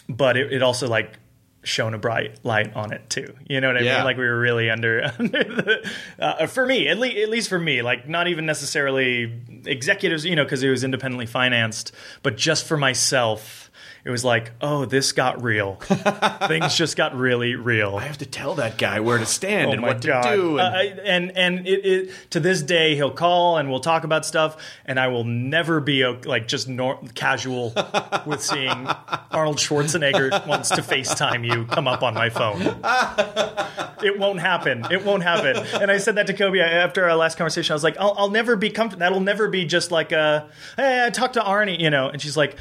S4: but it, it also like shone a bright light on it too. You know what I
S1: Yeah.
S4: mean? Like we were really under, under the, uh, for me, at least, at least for me, like not even necessarily executives, you know, cause it was independently financed, but just for myself, it was like, oh, this got real. Things just got really real.
S1: i have to tell that guy where to stand and
S4: Oh my
S1: what
S4: God.
S1: to do and
S4: Uh, I- and and it, it, to this day, he'll call and we'll talk about stuff, and I will never be o- like just nor- casual with seeing Arnold Schwarzenegger wants to FaceTime you come up on my phone. it won't happen. It won't happen. And I said that to Kobe after our last conversation. I was like, I'll, I'll never be comfortable. That'll never be just like a hey, I talked to Arnie, you know. And she's like.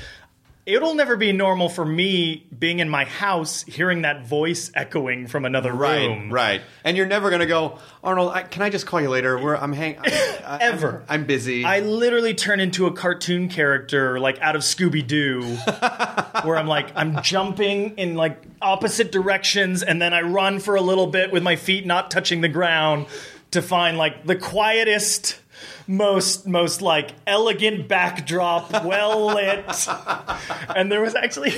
S4: It'll never be normal for me being in my house hearing that voice echoing from another
S1: Right,
S4: room.
S1: right, and you're never gonna go, Arnold. I, can I just call you later? Where I'm hang, I,
S4: Ever.
S1: I'm, I'm busy.
S4: I literally turn into a cartoon character, like out of Scooby Doo, where I'm like, I'm jumping in like opposite directions, and then I run for a little bit with my feet not touching the ground to find like the quietest. Most most like elegant backdrop, well lit, and there was actually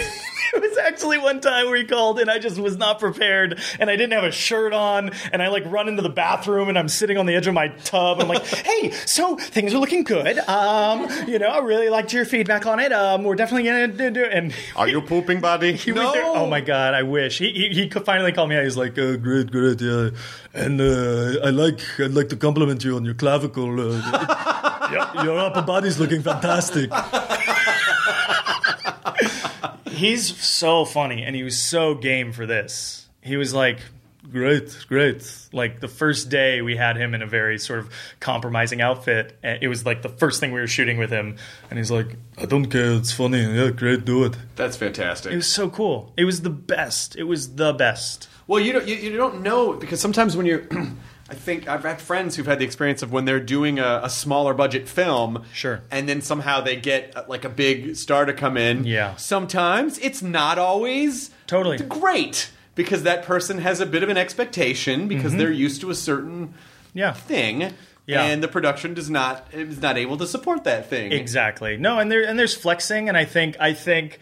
S4: there was actually one time where he called and I just was not prepared and I didn't have a shirt on and I like run into the bathroom and I'm sitting on the edge of my tub I'm like hey so things are looking good um you know I really liked your feedback on it um we're definitely gonna do do and
S1: Are you pooping, buddy?
S4: he was there. Oh my god, I wish he he, he co- finally called me out. He's like, uh, great, great, yeah, and uh, I like I'd like to compliment you on your clavicle. Uh, your, your upper body's looking fantastic. He's so funny, and he was so game for this. He was like. Great, great. Like the first day we had him in a very sort of compromising outfit. and It was like the first thing we were shooting with him. And he's like, I don't care. It's funny. Yeah, great. Do it.
S1: That's fantastic.
S4: It was so cool. It was the best. It was the best.
S1: Well, you don't you, you don't know because sometimes when you're, I think I've had friends who've had the experience of when they're doing a, a smaller budget film,
S4: Sure.
S1: and then somehow they get uh, like a big star to come in.
S4: Yeah.
S1: sometimes it's not always
S4: Totally.
S1: great because that person has a bit of an expectation because they're used to a certain
S4: Yeah.
S1: thing.
S4: Mm-hmm. Yeah.
S1: And the production does not is not able to support that thing.
S4: Exactly. No, and there and there's flexing, and I think I think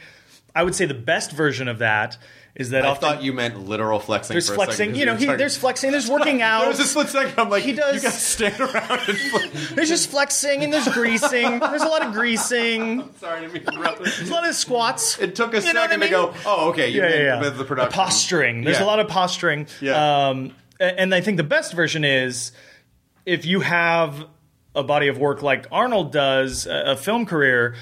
S4: I would say the best version of that is that
S1: I
S4: often
S1: thought you meant literal flexing.
S4: there's
S1: for a
S4: flexing.
S1: second,
S4: You know, he, there's flexing. There's working out.
S1: There was just one second. I'm like,
S4: He does-
S1: You guys stand around and. Flex.
S4: there's just flexing and there's greasing. There's a lot of greasing.
S1: Sorry to be interrupted.
S4: There's a lot of squats.
S1: It took a
S4: You know what
S1: second
S4: I
S1: to go.
S4: mean?
S1: Oh, okay. You
S4: yeah,
S1: meant
S4: yeah, yeah.
S1: with the production
S4: posturing. There's
S1: Yeah.
S4: a lot of posturing.
S1: Yeah.
S4: Um, a- and I think the best version is if you have a body of work like Arnold does, a, a film career.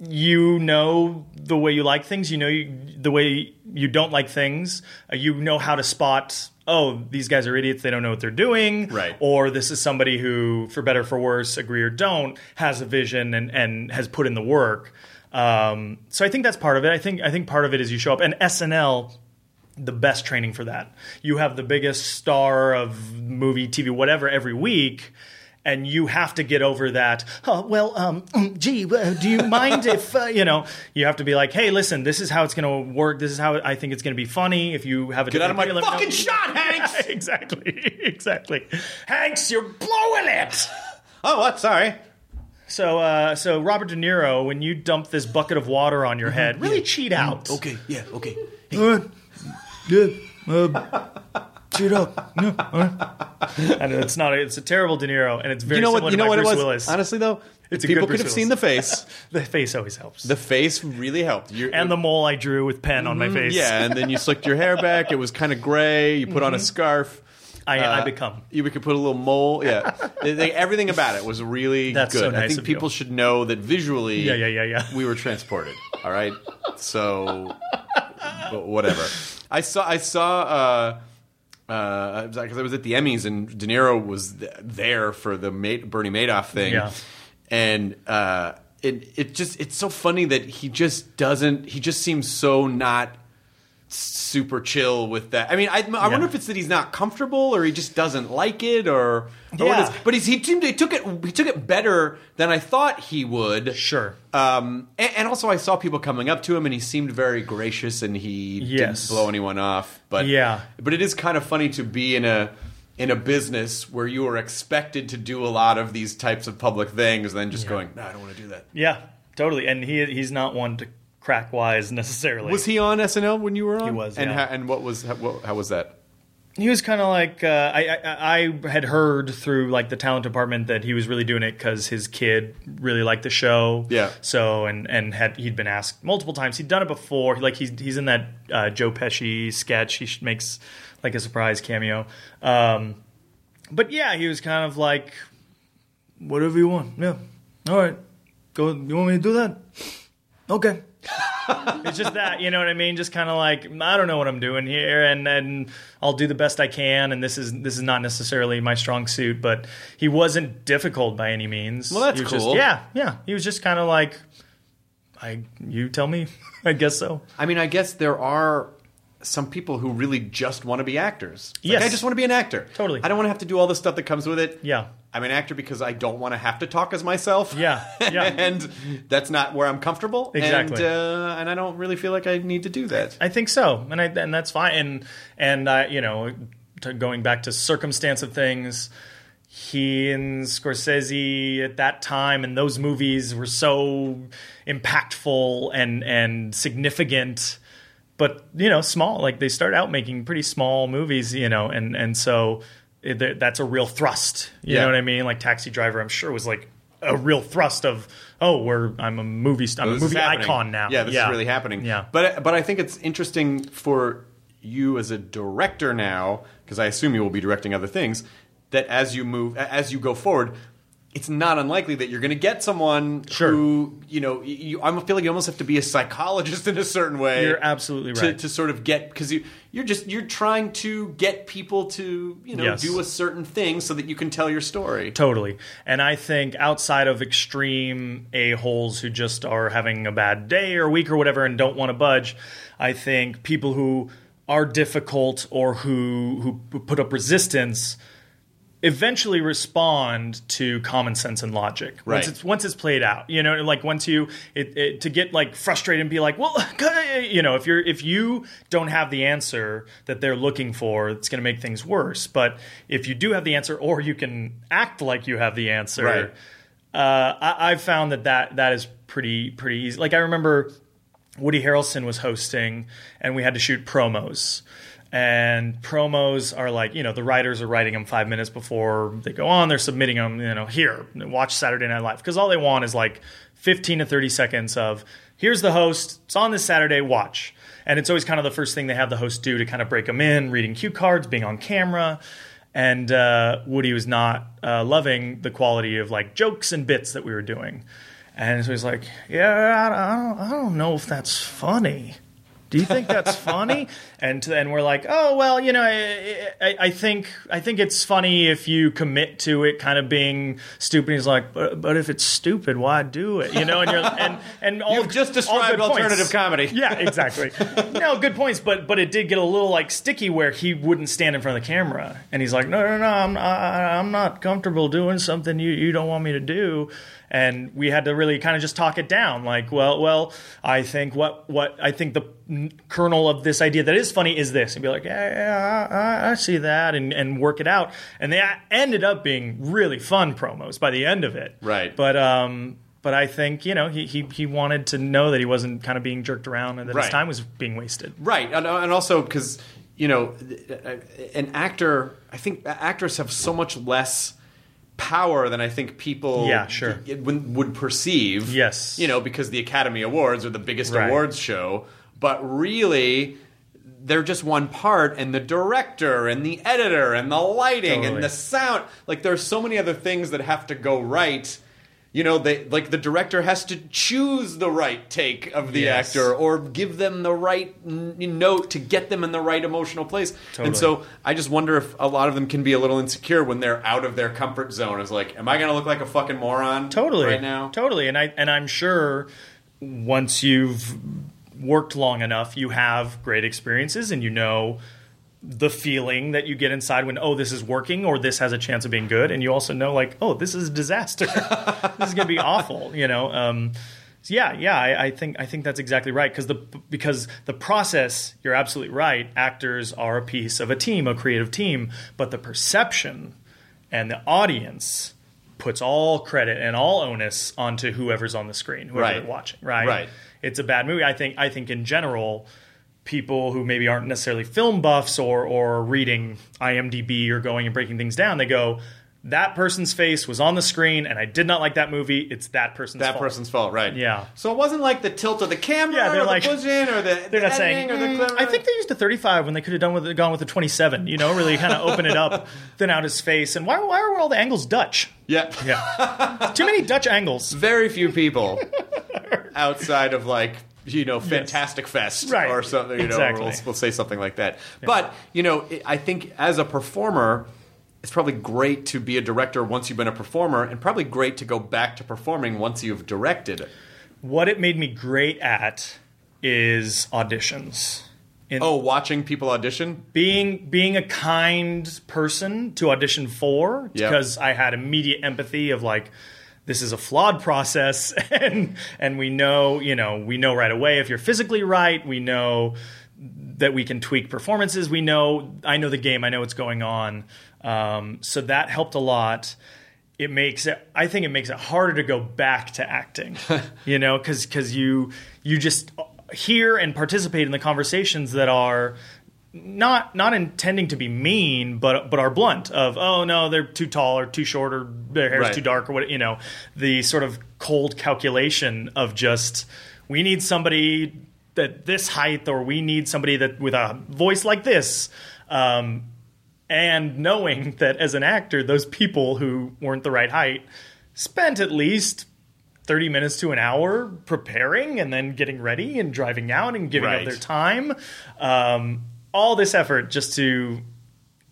S4: You know the way you like things. You know you, the way you don't like things. Uh, you know how to spot. Oh, these guys are idiots. They don't know what they're doing.
S1: Right.
S4: Or this is somebody who, for better or for worse, agree or don't, has a vision and and has put in the work. Um, so I think that's part of it. I think I think part of it is you show up and SNL the best training for that. You have the biggest star of movie, TV, whatever every week. and you have to get over that. Oh, well, um, mm, gee, uh, do you mind if uh, you know? You have to be like, hey, listen, this is how it's going to work. This is how I think it's going to be funny. If you have a
S1: Get out of my
S4: different-
S1: fucking shot, Hanks!
S4: exactly, exactly. Hanks, you're blowing it.
S1: Oh, what? Sorry.
S4: So, uh, so Robert De Niro, when you dump this bucket of water on
S1: Mm-hmm.
S4: your head, really cheat
S1: Mm,
S4: out.
S5: Okay, yeah, okay.
S4: cheat up. and it's not. It's a terrible De Niro, and it's very
S1: You know
S4: similar
S1: what? You
S4: to
S1: know
S4: my
S1: what it
S4: Bruce
S1: was.
S4: Willis.
S1: Honestly, though,
S4: It's a
S1: people
S4: good
S1: could
S4: Bruce
S1: have seen the
S4: Willis.
S1: face.
S4: the face always helps.
S1: The face really helped. You're,
S4: and the mole I drew with pen on my face.
S1: yeah, and then you slicked your hair back. It was kind of gray. You put on
S4: Mm-hmm.
S1: a scarf.
S4: I, I
S1: Uh,
S4: become.
S1: You could put a little mole. Yeah, They- they- everything about it was really
S4: That's
S1: good.
S4: so
S1: I
S4: nice
S1: think
S4: of you.
S1: people should know that visually.
S4: Yeah, yeah, yeah, yeah.
S1: We were transported. All right, so but whatever. I saw. I saw. Uh, uh, because I was at the Emmys and De Niro was th- there for the Ma- Bernie Madoff thing,
S4: Yeah.
S1: and uh, it it just it's so funny that he just doesn't he just seems so not super chill with that. I mean, I, I wonder if it's that he's not comfortable or he just doesn't like it or, or what it is.
S4: Yeah.
S1: But he's, he seemed he took it he took it better than I thought he would.
S4: Sure.
S1: Um, and, and also I saw people coming up to him and he seemed very gracious and he
S4: Yes.
S1: didn't blow anyone off. But
S4: Yeah.
S1: but it is kind of funny to be in a in a business where you are expected to do a lot of these types of public things, and then just going, no, I don't want to do that.
S4: Yeah, totally. And he he's not one to crack wise necessarily.
S1: Was he on SNL when you were on? He
S4: was,
S1: And
S4: yeah.
S1: how, and what was how, what, how was that?
S4: He was kind of like uh, I, I I had heard through like the talent department that he was really doing it because his kid really liked the show.
S1: Yeah.
S4: So and and had he'd been asked multiple times. He'd done it before. Like he's he's in that uh, Joe Pesci sketch. He sh- makes like a surprise cameo. Um, but yeah, he was kind of like whatever you want. Yeah. All right. Go. You want me to do that? Okay. it's just that you know what I mean. Just kind of like I don't know what I'm doing here, and and I'll do the best I can. And this is this is not necessarily my strong suit, but he wasn't difficult by any means.
S1: Well, that's
S4: He was just-
S1: cool.
S4: yeah, yeah. He was just kind of like, I you tell me. I guess so.
S1: I mean, I guess there are some people who really just want to be actors. Like,
S4: Yes.
S1: I just want to be an actor.
S4: Totally.
S1: I don't want to have to do all the stuff that comes with it.
S4: Yeah.
S1: I'm an actor because I don't want to have to talk as myself.
S4: Yeah, yeah.
S1: and that's not where I'm comfortable.
S4: Exactly.
S1: And, uh, and I don't really feel like I need to do that.
S4: I think so, and I and that's fine. And and I, you know, to going back to circumstance of things, he and Scorsese at that time and those movies were so impactful and and significant. But you know, small. Like they start out making pretty small movies, you know, and and so it, that- that's a real thrust. You
S1: Yeah.
S4: know what I mean? Like Taxi Driver, I'm sure was like a real thrust of oh, we're I'm a movie st- I'm a
S1: This is
S4: movie
S1: happening.
S4: icon now.
S1: Yeah, this is really happening.
S4: Yeah,
S1: But but I think it's interesting for you as a director now, because I assume you will be directing other things. That as you move, as you go forward, it's not unlikely that you're going to get someone
S4: Sure.
S1: who you know. You, I feel like you almost have to be a psychologist in a certain way.
S4: You're absolutely
S1: to-
S4: right.
S1: to, sort of get because you you're just you're trying to get people to you know
S4: Yes.
S1: do a certain thing so that you can tell your story.
S4: Totally. And I think outside of extreme a-holes who just are having a bad day or week or whatever and don't want to budge, I think people who are difficult or who who put up resistance eventually respond to common sense and logic
S1: Right.
S4: once it's once it's played out you know like once you it, it to get like frustrated and be like well you know if you're if you don't have the answer that they're looking for it's going to make things worse but if you do have the answer or you can act like you have the answer
S1: Right.
S4: uh, I, I've found that, that that is pretty pretty easy. Like I remember Woody Harrelson was hosting, and we had to shoot promos. And promos are like you know the writers are writing them five minutes before they go on. They're submitting them. You know, here watch Saturday Night Live because all they want is like fifteen to thirty seconds of here's the host. It's on this Saturday. Watch. And it's always kind of the first thing they have the host do to kind of break them in, reading cue cards, being on camera and uh, Woody was not uh, loving the quality of like jokes and bits that we were doing. And so he's like, "Yeah, I don't, I don't know if that's funny." Do you think that's funny? And to- and we're like, oh well, you know, I, I, I think I think it's funny if you commit to it, kind of being stupid. He's like, but, but if it's stupid, why do it? You know, and you're and and all
S1: You've just
S4: all
S1: described
S4: good points.
S1: alternative comedy.
S4: Yeah, exactly. no, good points, but but it did get a little like sticky where he wouldn't stand in front of the camera, and he's like, no, no, no, I'm I, I'm not comfortable doing something you you don't want me to do, and we had to really kind of just talk it down, like, well, well, I think what what I think the n- kernel of this idea that is funny is this, and be like, yeah, yeah, I, I- I see that, and and work it out, and they a- ended up being really fun promos by the end of it,
S1: Right.
S4: But um. But I think you know he, he he wanted to know that he wasn't kind of being jerked around and that
S1: Right.
S4: his time was being wasted.
S1: Right, and, and also because you know, an actor. I think actors have so much less power than I think people
S4: Yeah, sure.
S1: would, would perceive.
S4: Yes.
S1: you know, because the Academy Awards are the biggest
S4: Right.
S1: awards show, but really. They're just one part, and the director, and the editor, and the lighting, and
S4: Totally.
S1: the sound. Like, there's so many other things that have to go right. You know, they like the director has to choose the right take of the
S4: Yes.
S1: actor, or give them the right n- note to get them in the right emotional place. And so I just wonder if a lot of them can be a little insecure when they're out of their comfort zone. It's like, am I going to look like a fucking moron?
S4: totally
S1: right now.
S4: totally and i and i'm sure once you've worked long enough you have great experiences and you know the feeling that you get inside when oh this is working or this has a chance of being good and you also know like oh this is a disaster this is going to be awful you know um so yeah, yeah, I, I think I think that's exactly right because the because the process you're absolutely right. Actors are a piece of a team, a creative team, but the perception and the audience puts all credit and all onus onto whoever's on the screen, whoever
S1: Right.
S4: they're watching. Right.
S1: Right.
S4: It's a bad movie. I think I think in general, people who maybe aren't necessarily film buffs or or reading IMDB or going and breaking things down, they go, That person's face was on the screen and I did not like that movie. It's that person's
S1: That
S4: fault."
S1: person's fault, right?
S4: Yeah.
S1: So it wasn't like the tilt of the camera,
S4: Yeah, they're
S1: or
S4: like-
S1: the push in, or the
S4: They're
S1: the
S4: not saying.
S1: editing, or the
S4: "Mm, I think they used a 35 when they could have done with gone with a 27. You know, really kind of open it up, thin out his face, and why why are all the angles Dutch?
S1: yeah,
S4: Yeah, too many Dutch angles.
S1: very few people outside of like you know fantastic fest
S4: Right.
S1: or something you
S4: Exactly.
S1: know we'll, we'll say something like that but you know i- i think as a performer it's probably great to be a director once you've been a performer and probably great to go back to performing once you've directed it
S4: what it made me great at is auditions. In
S1: oh watching people audition
S4: being being a kind person to audition for
S1: Yeah.
S4: because I had immediate empathy of like this is a flawed process and and we know, you know, we know right away if you're physically right, we know that we can tweak performances. We know I know the game, I know what's going on. Um, so that helped a lot. It makes it I think it makes it harder to go back to acting. you know, cuz cuz you you just hear and participate in the conversations that are not not intending to be mean, but but are blunt of oh no, they're too tall or too short or their hair's
S1: Right.
S4: too dark or what you know the sort of cold calculation of just we need somebody that this height or we need somebody that with a voice like this. Um, and knowing that as an actor, those people who weren't the right height spent at least 30 minutes to an hour preparing and then getting ready and driving out and giving
S1: Right.
S4: up their time. Um, all this effort just to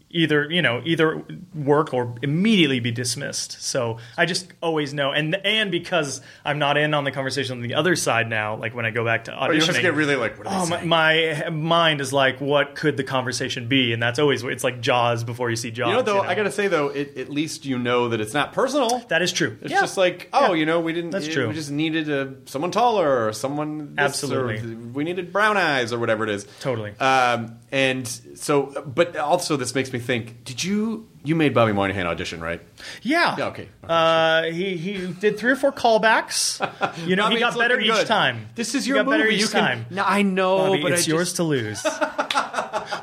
S4: either you know either work or immediately be dismissed. So I just always know, and and because I'm not in on the conversation on the other side now, like when I go back to auditioning,
S1: Oh, you just get really like what are they
S4: Oh, my,
S1: saying?
S4: my mind is like, what could the conversation be? And that's always it's like Jaws before you see Jaws.
S1: you know though i gotta say though it, at least you know that it's not personal
S4: that is true.
S1: It's just like, oh, you know, we didn't.
S4: That's
S1: eh,
S4: true.
S1: We just needed uh someone taller or someone. This
S4: Absolutely.
S1: Or th- we needed brown eyes or whatever it is.
S4: Totally.
S1: Um, and so, but also, this makes me think. Did you you made Bobby Moynihan audition right?
S4: yeah.
S1: Yeah, okay.
S4: Uh, he he did three or four callbacks. You know,
S1: Bobby,
S4: he got
S1: it's
S4: better
S1: looking
S4: each
S1: good.
S4: time.
S1: This is
S4: He
S1: your
S4: got better
S1: movie.
S4: each
S1: you can.
S4: time.
S1: No, I know,
S4: Bobby,
S1: but
S4: it's
S1: I
S4: yours
S1: just,
S4: to lose.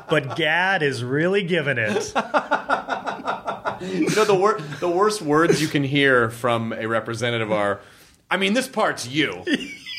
S4: but Gad is really giving it.
S1: You know, the wor- the worst words you can hear from a representative are, I mean, this part's you.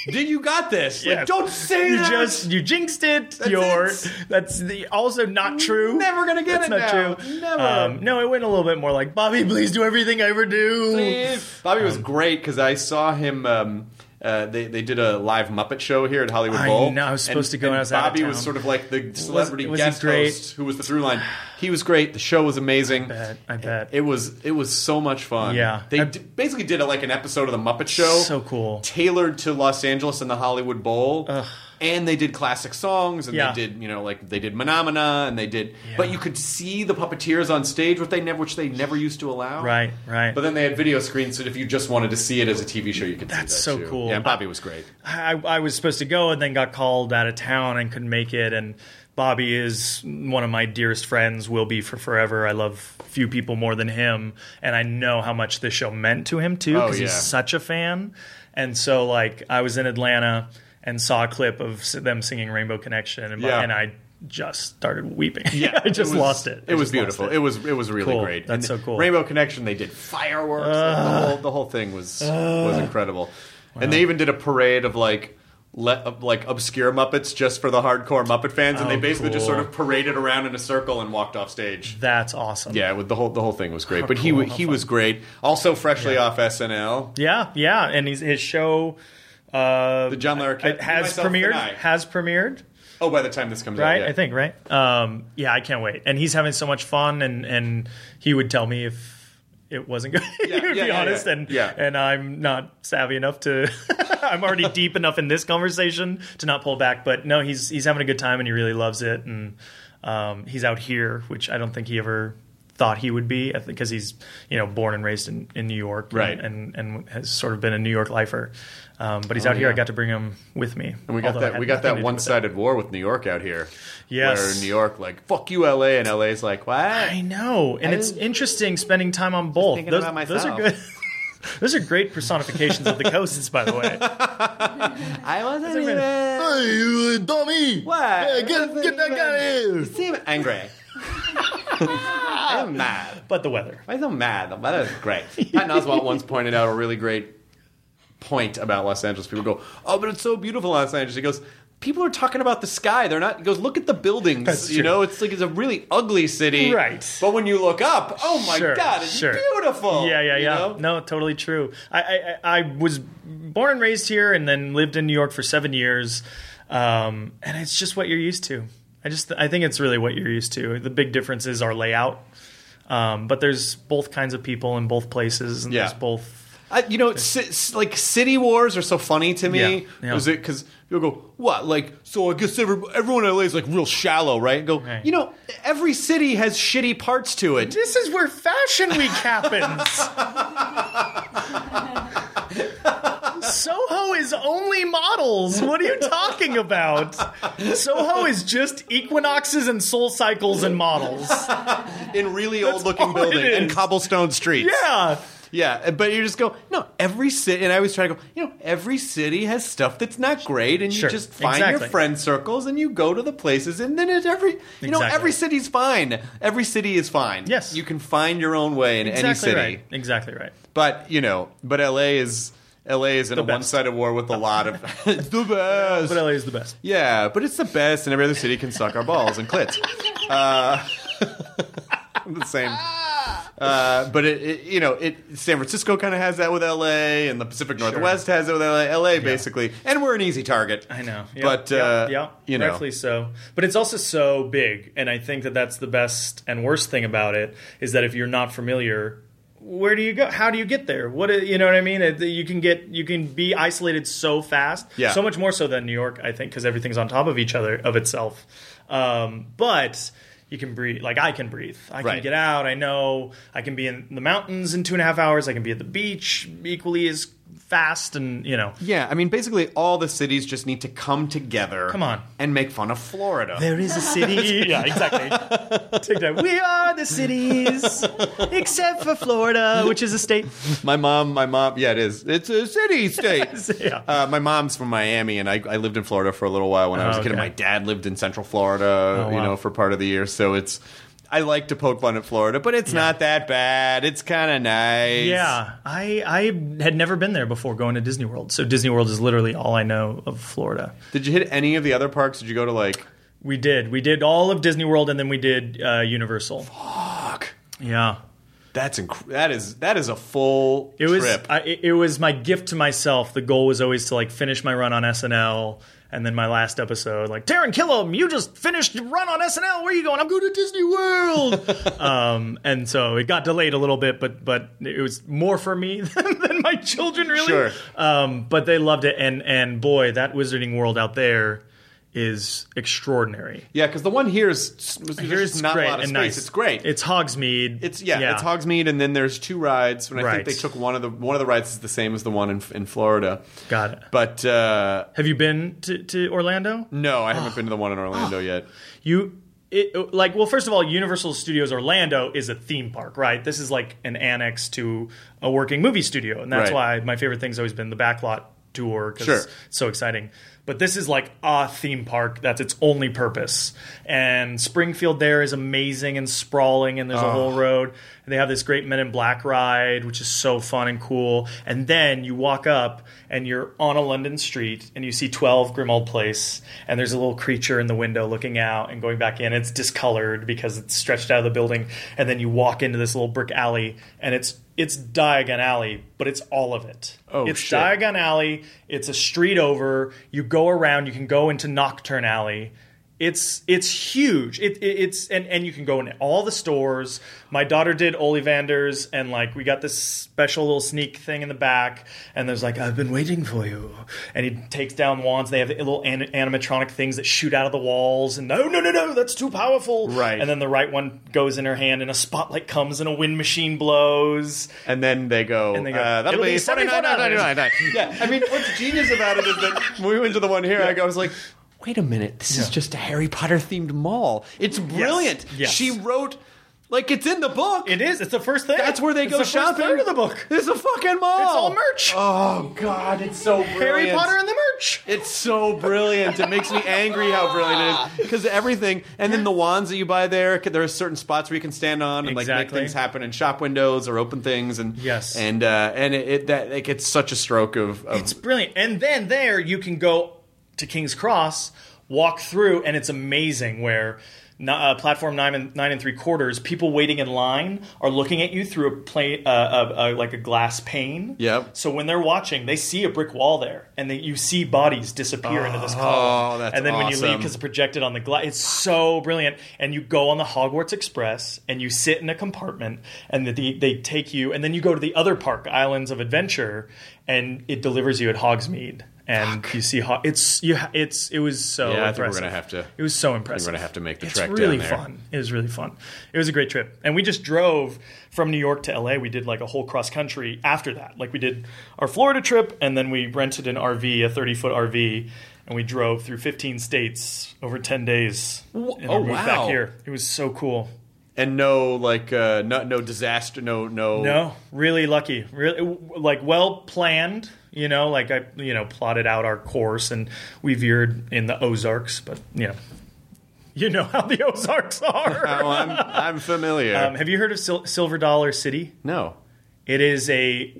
S1: Did you got this? Like,
S4: Yeah.
S1: don't say
S4: you
S1: that.
S4: just you jinxed it.
S1: That's
S4: You're
S1: it.
S4: that's the, also not true.
S1: Never gonna get
S4: that's
S1: it
S4: Not
S1: now.
S4: true.
S1: Never.
S4: Um, no, it went a little bit more like Bobby. Please do everything I ever do.
S1: Bobby was great because I saw him. Um, uh, Uh, they they did a live Muppet show here at Hollywood
S4: I
S1: Bowl.
S4: know, I was supposed to go when I was out of
S1: Bobby was
S4: town.
S1: sort of like the celebrity
S4: was he
S1: guest
S4: great?
S1: host who was the through line. He was great. The show was amazing.
S4: I bet, I bet.
S1: It was it was so much fun.
S4: Yeah.
S1: they
S4: I-
S1: d- basically did a, like an episode of the Muppet Show.
S4: So cool.
S1: tailored to Los Angeles and the Hollywood Bowl. And they did classic songs, and
S4: Yeah.
S1: they did you know like they did Menomina, and they did. But you could see the puppeteers on stage, which they never which they never used to allow.
S4: Right, right.
S1: But then they had video screens, so if you just wanted to see it as a TV show, you could.
S4: That's
S1: see that
S4: so
S1: too.
S4: cool.
S1: Yeah, and Bobby was great.
S4: I, I was supposed to go and then got called out of town and couldn't make it. And Bobby is one of my dearest friends, will be for forever. I love few people more than him. And I know how much this show meant to him, too,
S1: Oh,
S4: because
S1: yeah.
S4: he's such a fan. And so, like, I was in Atlanta and saw a clip of s- them singing Rainbow Connection, and,
S1: Yeah.
S4: and I just started weeping. I just
S1: was-
S4: lost it. I
S1: It was
S4: just lost
S1: beautiful. It. was it was really
S4: Cool.
S1: great.
S4: That's
S1: And
S4: so cool. Ah.
S1: Rainbow Connection. They did fireworks. Like, the whole the whole thing was was incredible. And they even did a parade of like. Le- of, like obscure Muppets just for the hardcore Muppet fans, and
S4: Oh,
S1: they basically just
S4: cool.
S1: sort of paraded around in a circle and walked off stage.
S4: That's awesome.
S1: Yeah, with the whole the whole thing was great. but
S4: cool,
S1: he
S4: how
S1: he was great. Also, freshly off SNL,
S4: Yeah, yeah, and he's, his show uh,
S1: the John Larroquette
S4: it has
S1: Myself and
S4: premiered.
S1: I.
S4: Has premiered,
S1: oh, by the time this comes
S4: right?
S1: out, yeah.
S4: I think, right? Um, yeah, I can't wait. And he's having so much fun, and and he would tell me if it wasn't good.
S1: Yeah,
S4: he would
S1: yeah,
S4: be
S1: yeah,
S4: honest,
S1: yeah.
S4: and
S1: Yeah.
S4: and I'm not savvy enough to. I'm already deep enough in this conversation to not pull back. But no, he's he's having a good time, and he really loves it, and um, he's out here, which I don't think he ever thought he would be because he's you know born and raised in, in New York and-
S1: Right.
S4: and, and has sort of been a New York lifer um, but he's out here I got to bring him with me
S1: Oh, And we got that we got that one sided war with New York out here.
S4: Yes.
S1: Where New York like, fuck you LA and LA's like, what?
S4: I know, and it's
S1: didn't-
S4: interesting spending time on both.
S1: thinking
S4: Those,
S1: about
S4: those are
S1: myself.
S4: good. those are great personifications of the coasts, by the way.
S1: I wasn't even Hey you dummy. What? get, get that guy here. You seem angry. I'm mad.
S4: But the weather.
S1: Why so mad? The weather is great. Patton Oswalt once pointed out a really great point about Los Angeles. People go, "Oh, but it's so beautiful, Los Angeles." He goes, "People are talking about the sky. They're not." He goes, "Look at the buildings.
S4: That's
S1: you
S4: true.
S1: know, it's like it's a really ugly city,
S4: Right.
S1: But when you look up, oh my
S4: Sure,
S1: god, it's
S4: sure.
S1: beautiful.
S4: Yeah, yeah,
S1: you
S4: yeah.
S1: know?
S4: No, totally true. I, I I I was born and raised here, and then lived in New York for seven years, um, and it's just what you're used to. I just I think it's really what you're used to. The big difference is our layout, um, but there's both kinds of people in both places, and
S1: Yeah.
S4: there's both
S1: I, you know, ci- s- like city wars are so funny to me.
S4: Yeah, yeah.
S1: Was it because people go, what? Like, so I guess every, everyone in LA is like real shallow, right? And go,
S4: Right.
S1: you know, every city has shitty parts to it.
S4: This is where Fashion Week happens. Soho is only models. What are you talking about? Soho is just equinoxes and soul cycles and models.
S1: in really old looking
S4: all it
S1: buildings and
S4: is.
S1: cobblestone streets.
S4: Yeah.
S1: Yeah, but you just go, no, every city, and I always try to go, you know, every city has stuff that's not great, and
S4: Sure,
S1: you just find
S4: exactly.
S1: your friend circles and you go to the places, and then it every, you know,
S4: Exactly.
S1: every city's fine. Every city is fine.
S4: Yes.
S1: You can find your own way in any
S4: Exactly
S1: city.
S4: right. Exactly right.
S1: But, you know, but LA is. LA is in a
S4: best.
S1: one sided war with a lot of. it's the best.
S4: But LA is the best.
S1: Yeah, but it's the best, and every other city can suck our balls and clits. Uh, the same. Uh, but it, it, you know, it San Francisco kind of has that with LA, and the Pacific Northwest has it with LA. LA basically, and we're an easy target.
S4: I know. Yeah,
S1: but
S4: yeah,
S1: uh,
S4: yeah,
S1: you know,
S4: rightfully so. But it's also so big, and I think that that's the best and worst thing about it is that if you're not familiar, where do you go? How do you get there? What do- you know what I mean? It- You can get you can be isolated so fast,
S1: Yeah.
S4: so much more so than New York, I think, because everything's on top of each other of itself. Um, but you can breathe. Like I can breathe. I can
S1: Right.
S4: get out. I know I can be in the mountains in two and a half hours. I can be at the beach equally as fast, and you know.
S1: yeah. I mean, basically, all the cities just need to come together.
S4: Come on.
S1: and make fun of Florida.
S4: There is a city. yeah, exactly. Take that. We are the cities, except for Florida, which is a state.
S1: my mom, my mom, yeah, it is. It's a city state.
S4: Yeah.
S1: Uh, my mom's from Miami, and I, I lived in Florida for a little while when I was a kid. And
S4: Oh, okay.
S1: my dad lived in Central Florida,
S4: Oh,
S1: you
S4: wow.
S1: know, for part of the year. So it's, I like to poke fun at Florida, but it's not that bad. It's kind of nice.
S4: Yeah, I I had never been there before going to Disney World, so Disney World is literally all I know of Florida.
S1: Did you hit any of the other parks? Did you go to like?
S4: We did, we did all of Disney World, and then we did uh, Universal. Fuck. Yeah.
S1: That's inc- that is that is a full
S4: It was
S1: trip.
S4: I, it- it was my gift to myself. The goal was always to like finish my run on SNL, and then my last episode, like Taryn Killam, you just finished your run on SNL. Where are you going? I'm going to Disney World. um, and so it got delayed a little bit, but but it was more for me than, than my children really.
S1: Sure.
S4: Um, but they loved it, and and boy, that Wizarding World out there is extraordinary.
S1: yeah, because the one here is there's just not a lot of space. It's great.
S4: It's Hogsmeade.
S1: It's yeah, it's Hogsmeade, and then there's two rides. And I
S4: Right.
S1: think they took one of the one of the rides is the same as the one in in Florida.
S4: Got it.
S1: But uh,
S4: Have you been to, to Orlando?
S1: no, I haven't been to the one in Orlando yet.
S4: you it, like well first of all universal studios orlando is a theme park right this is like an annex to a working movie studio and that's
S1: Right.
S4: why my favorite thing's always been the backlot tour because
S1: Sure.
S4: it's so exciting but this is like a theme park that's its only purpose and springfield there is amazing and sprawling and there's a whole road and they have this great men in black ride which is so fun and cool and then you walk up and you're on a london street and you see 12 grim old place and there's a little creature in the window looking out and going back in it's discolored because it's stretched out of the building and then you walk into this little brick alley and it's it's Diagon Alley, but it's all of it.
S1: Oh,
S4: it's
S1: shit.
S4: Diagon Alley. It's a street over. You go around. You can go into Nocturne Alley. It's it's huge. It, it- it's and and you can go in all the stores. My daughter did Ollivanders, and like we got this special little sneak thing in the back. And there's like I've been waiting for you. And he takes down wands. They have little an- animatronic things that shoot out of the walls. And no no no no, that's too powerful.
S1: Right.
S4: And then the right one goes in her hand, and a spotlight comes, and a wind machine blows.
S1: And then they go,
S4: And they go,
S1: uh, that'll
S4: "It'll
S1: be
S4: be $79.99.
S1: Yeah, I mean, what's genius about it is that when we went to the one here, I go- I was like, wait a minute, this is just a Harry Potter themed mall. It's brilliant.
S4: Yes.
S1: She wrote, like, it's in the book.
S4: It is. It's the first thing.
S1: That's where they
S4: It's
S1: go
S4: the
S1: shopping.
S4: First third of the book.
S1: It's a fucking mall.
S4: It's all merch.
S1: Oh, God, it's so brilliant.
S4: Harry Potter and the merch.
S1: It's so brilliant. It makes me angry how brilliant it is because everything, and then the wands that you buy there, there are certain spots where you can stand on and like make
S4: Exactly.
S1: things happen in shop windows or open things, and
S4: Yes.
S1: and uh, and it, it that like it's such a stroke of, of
S4: It's brilliant. And then there you can go to King's Cross, walk through, and it's amazing where. n- Uh, platform nine and nine and three quarters. People waiting in line are looking at you through a plane, uh, a, a, like a glass pane.
S1: Yep.
S4: So when they're watching, they see a brick wall there, and they, you see bodies disappear into this column.
S1: Oh, that's
S4: and then when you leave,
S1: awesome.
S4: because it's projected on the glass, it's so brilliant. And you go on the Hogwarts Express, and you sit in a compartment, and the, they take you, and then you go to the other park, Islands of Adventure, and it delivers you at Hogsmeade. And you see, Ho- it's you. ha- It's it was so.
S1: Yeah, I think we're
S4: impressive.
S1: gonna have to-
S4: It was so impressive.
S1: gonna have to make the
S4: it's
S1: trek down
S4: really
S1: there.
S4: fun. It was really fun. It was a great trip, and we just drove from New York to LA. We did like a whole cross country after that. Like we did our Florida trip, and then we rented an RV, a thirty foot RV, and we drove through fifteen states over ten days. and
S1: oh,
S4: we moved
S1: wow.
S4: Back here, it was so cool.
S1: and no like uh, no no disaster, no no
S4: No, really lucky. Really, like well planned. You know, like I, you know, plotted out our course, and we veered in the Ozarks, but you know, you know how the Ozarks
S1: Oh,
S4: are.
S1: I'm I'm familiar.
S4: um, have you heard of Sil- Silver Dollar City?
S1: no,
S4: It is a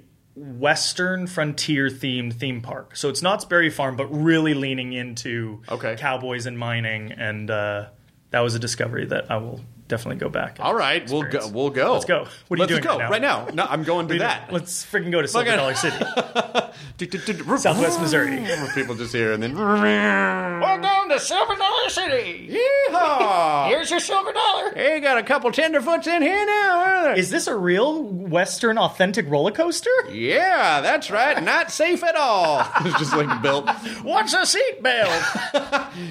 S4: Western frontier themed theme park. So it's Knott's Berry Farm, but really leaning into
S1: Okay.
S4: cowboys and mining, and uh, that was a discovery that I will definitely go back. and
S1: all right, we'll go.
S4: experience.
S1: We'll go.
S4: Let's go. What are
S1: Let's
S4: you doing
S1: go
S4: right now?
S1: right now? No, I'm going to that.
S4: Let's freaking go to Silver
S1: Fucking-
S4: Dollar City.
S1: Southwest
S4: Southwest Missouri.
S1: People just hear and then. Welcome to Silver Dollar City. Yeehaw! Here's your silver dollar. Hey, got a couple tenderfoots in here now.
S4: Is this a real Western authentic roller coaster?
S1: yeah, that's right. Not safe at all. it's just like built,
S4: What's a seatbelt?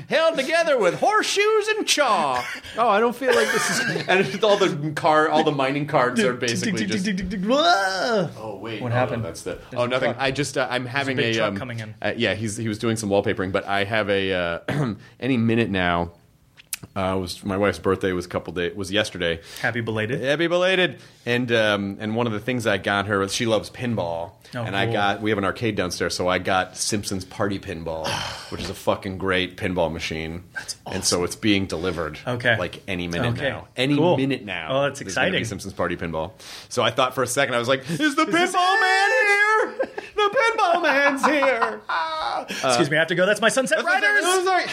S1: held together with horseshoes and chaw. Oh, I don't feel like this is. And it's all the car, all the mining cards are basically just.
S4: Whoa.
S1: Oh wait,
S4: What
S1: oh,
S4: happened?
S1: No, that's the.
S4: There's
S1: Oh
S4: a
S1: nothing.
S4: truck.
S1: I just uh, I'm having
S4: big truck
S1: um,
S4: coming in.
S1: uh, yeah, he's he was doing some wallpapering, but I have a uh, any minute now. Uh, was my wife's birthday was a couple day was yesterday.
S4: Happy belated.
S1: Happy belated! And um, and one of the things I got her was she loves pinball,
S4: Oh,
S1: and I
S4: cool.
S1: got we have an arcade downstairs, so I got Simpsons Party Pinball, which is a fucking great pinball machine. That's awesome. And so it's being delivered,
S4: Okay.
S1: like any minute
S4: Okay.
S1: now, any
S4: Cool.
S1: minute now.
S4: Oh, that's
S1: there's gonna be
S4: exciting.
S1: Simpsons Party Pinball. So I thought for a second, I was like, "Is the
S4: this
S1: pinball
S4: it?
S1: man here? The pinball man's here!"
S4: Excuse me, I have to go. That's my Sunset Riders.
S1: Oh, sorry.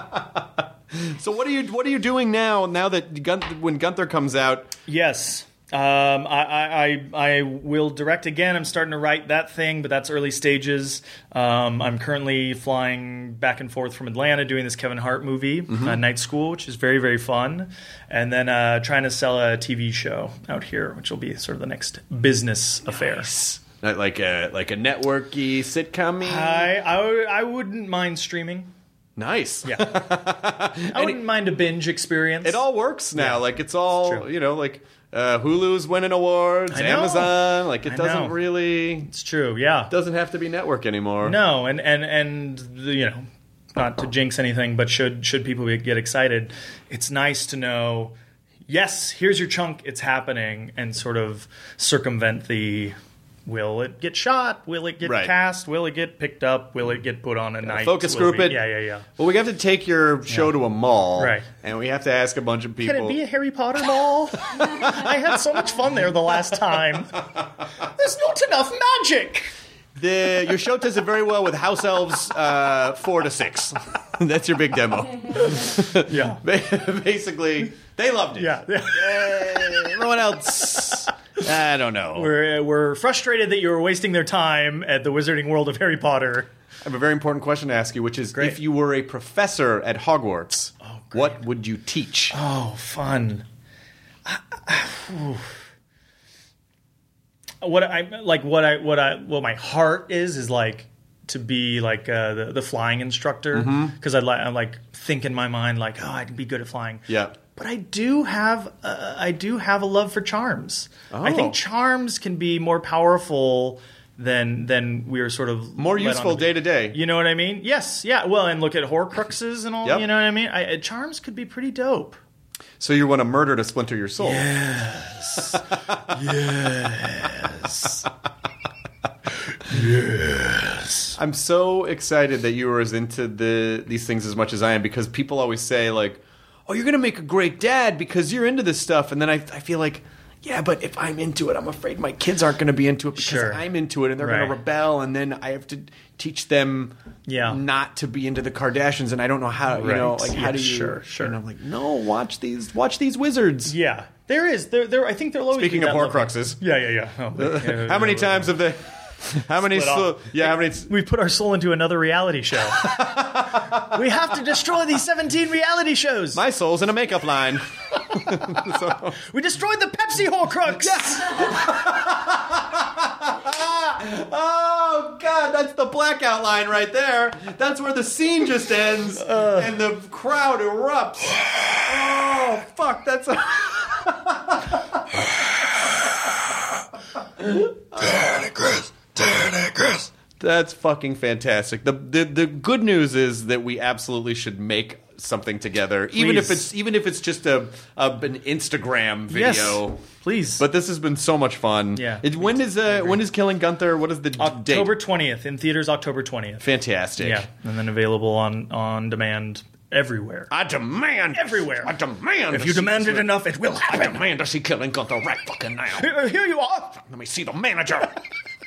S1: So what are you what are you doing now? Now that Gun- when Gunther comes out,
S4: Yes. Um, I, I, I I will direct again. I'm starting to write that thing, but that's early stages. Um, I'm currently flying back and forth from Atlanta doing this Kevin Hart movie, uh,
S1: Mm-hmm.
S4: Night School, which is very, very fun. And then uh, trying to sell a TV show out here, which will be sort of the next business affair.
S1: not like a like a networky sitcom.
S4: I I, w- I wouldn't mind streaming.
S1: nice.
S4: Yeah. I wouldn't mind a binge experience.
S1: It all works now. Like it's all
S4: It's true.
S1: you know. Like uh, Hulu's winning awards,
S4: I know.
S1: Amazon. Like it
S4: I
S1: doesn't
S4: know.
S1: really
S4: It's true, yeah.
S1: doesn't have to be network anymore.
S4: No, and and and you know, not to jinx anything, but should should people be- get excited, it's nice to know. Yes, here's your chunk. It's happening, and sort of circumvent the. Will it get shot? Will it get
S1: Right.
S4: cast? Will it get picked up? Will it get put on a night?
S1: Focus
S4: Will
S1: group
S4: we-
S1: it.
S4: Yeah, yeah, yeah.
S1: Well, we have to take your show to a mall,
S4: Right.
S1: And we have to ask a bunch of people.
S4: Can it be a Harry Potter mall? I had so much fun there the last time. There's not enough magic.
S1: The, your show does it very well with house elves uh, four to six. That's your big demo.
S4: Yeah.
S1: Ba- Basically, they loved it.
S4: Yeah.
S1: Uh, everyone else, I don't know.
S4: We're, we're frustrated that you were wasting their time at the Wizarding World of Harry Potter.
S1: I have a very important question to ask you, which is if you were a professor at Hogwarts, what would you teach?
S4: Oh, fun. what I like, what I, what I, what my heart is, is like to be like uh, the, the flying instructor
S1: Mm-hmm.
S4: because I like, I like think in my mind like, oh, I can be good at flying.
S1: Yeah.
S4: But I do have, uh, I do have a love for charms. I
S1: Oh.
S4: think charms can be more powerful than than we are sort of
S1: More
S4: led on
S1: useful
S4: to be.
S1: day to day.
S4: You know what I mean? Yes, yeah. Well, and look at Horcruxes and all.
S1: Yep.
S4: You know what I mean? I, uh, charms could be pretty dope.
S1: So you want to murder to splinter your soul. I'm so excited that you were as into the these things as much as I am because people always say like, "Oh, you're gonna make a great dad because you're into this stuff," and then I, I feel like, yeah, but if I'm into it, I'm afraid my kids aren't gonna be into it because
S4: Sure.
S1: I'm into it and they're
S4: Right.
S1: gonna rebel, and then I have to teach them
S4: Yeah.
S1: not to be into the Kardashians, and I don't know how you know
S4: Right.
S1: like
S4: Yeah,
S1: how do you
S4: sure, sure.
S1: And I'm like, no, watch these watch these wizards.
S4: Yeah, there is. There, there. I think there'll always
S1: Speaking
S4: be
S1: of
S4: that level.
S1: Horcruxes,
S4: Yeah, yeah, yeah. Oh, but- yeah,
S1: how many
S4: yeah,
S1: times have they? How many?
S4: Split
S1: Sl-
S4: off.
S1: yeah, how many?
S4: We put our soul into another reality show. we have to destroy these 17 reality shows.
S1: My soul's in a makeup line.
S4: we destroyed the Pepsi Horcrux.
S1: Oh God, that's the blackout line right there. That's where the scene just ends
S4: Uh.
S1: and the crowd erupts. Oh fuck, that's. A- That's fucking fantastic. The, the the good news is that we absolutely should make something together, even if
S4: Please.
S1: it's even if it's just a, a an Instagram video.
S4: Yes. Please.
S1: But this has been so much fun.
S4: Yeah.
S1: It, when is uh, when is Killing Gunther? What is the d- date?
S4: October 20th in theaters. October 20th.
S1: Fantastic.
S4: Yeah, and then available on on demand everywhere.
S1: I demand
S4: Everywhere.
S1: I demand.
S4: if
S1: to
S4: you
S1: see-
S4: demand it enough, it will
S1: I
S4: happen.
S1: demand to see Killing Gunther right fucking now.
S4: Here here you are.
S1: Let me see the manager.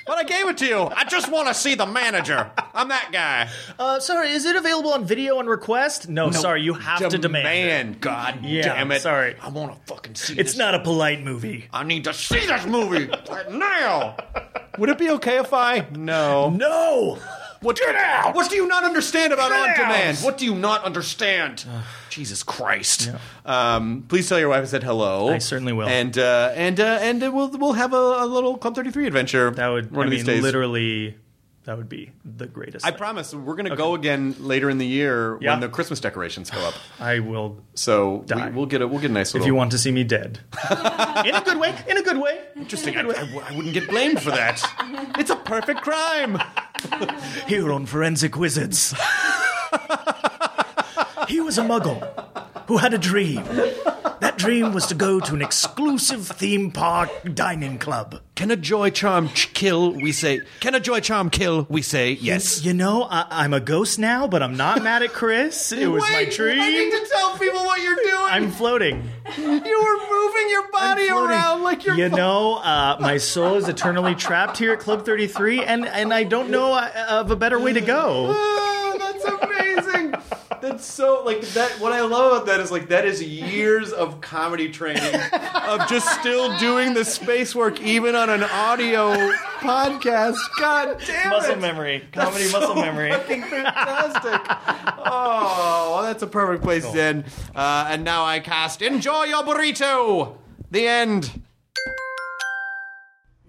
S1: but I gave it to you. I just want to see the manager. I'm that guy.
S4: Uh, sorry, is it available on video on request? No, Oh, sorry, you have to demand. it.
S1: Demand. God
S4: Yeah,
S1: damn it.
S4: sorry.
S1: I want to fucking see.
S4: It's
S1: this.
S4: not a polite movie.
S1: I need to see this movie right now. Would it be okay if I? No.
S4: No!
S1: What, Get out! What do you not understand about
S4: Get
S1: on demand?
S4: out!
S1: What do you not understand? Jesus Christ! Um, please tell your wife I said hello.
S4: I certainly will.
S1: And uh, and uh, and uh, we'll we'll have a, a little Club Thirty Three adventure.
S4: That would,
S1: one
S4: I
S1: of
S4: mean,
S1: these days.
S4: literally, that would be the greatest.
S1: I
S4: thing.
S1: promise we're gonna go again later in the year
S4: Yeah.
S1: when the Christmas decorations go up.
S4: I will,
S1: So we,
S4: Die.
S1: we'll get a we'll get a nice
S4: if
S1: little.
S4: you want to see me dead. in a good way, in a good way.
S1: interesting, I, I, w- I wouldn't get blamed for that. it's a perfect crime.
S4: Here on Forensic Wizards. he was a muggle who had a dream. That dream was to go to an exclusive theme park dining club.
S1: Can a joy charm ch- kill? We say. Can a joy charm kill? We say yes.
S4: You know, I, I'm a ghost now, but I'm not mad at Chris. It was my dream.
S1: I need to tell people what you're doing.
S4: I'm floating.
S1: you were moving your body
S4: floating.
S1: around like you're.
S4: You know, uh, my soul is eternally trapped here at Club 33, and, and I don't know uh, of a better way to go.
S1: Oh, that's Oh, amazing. That's so like that. What I love about that is like that is years of comedy training of just still doing the space work even on an audio podcast. God damn
S4: muscle
S1: it.
S4: memory,
S1: That's
S4: comedy
S1: so
S4: muscle memory.
S1: Fucking fantastic. oh, well, that's a perfect place to end. Uh, and now I cast Enjoy Your Burrito. The end.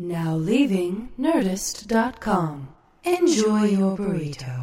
S3: Now leaving Nerdist.com. Enjoy your burrito.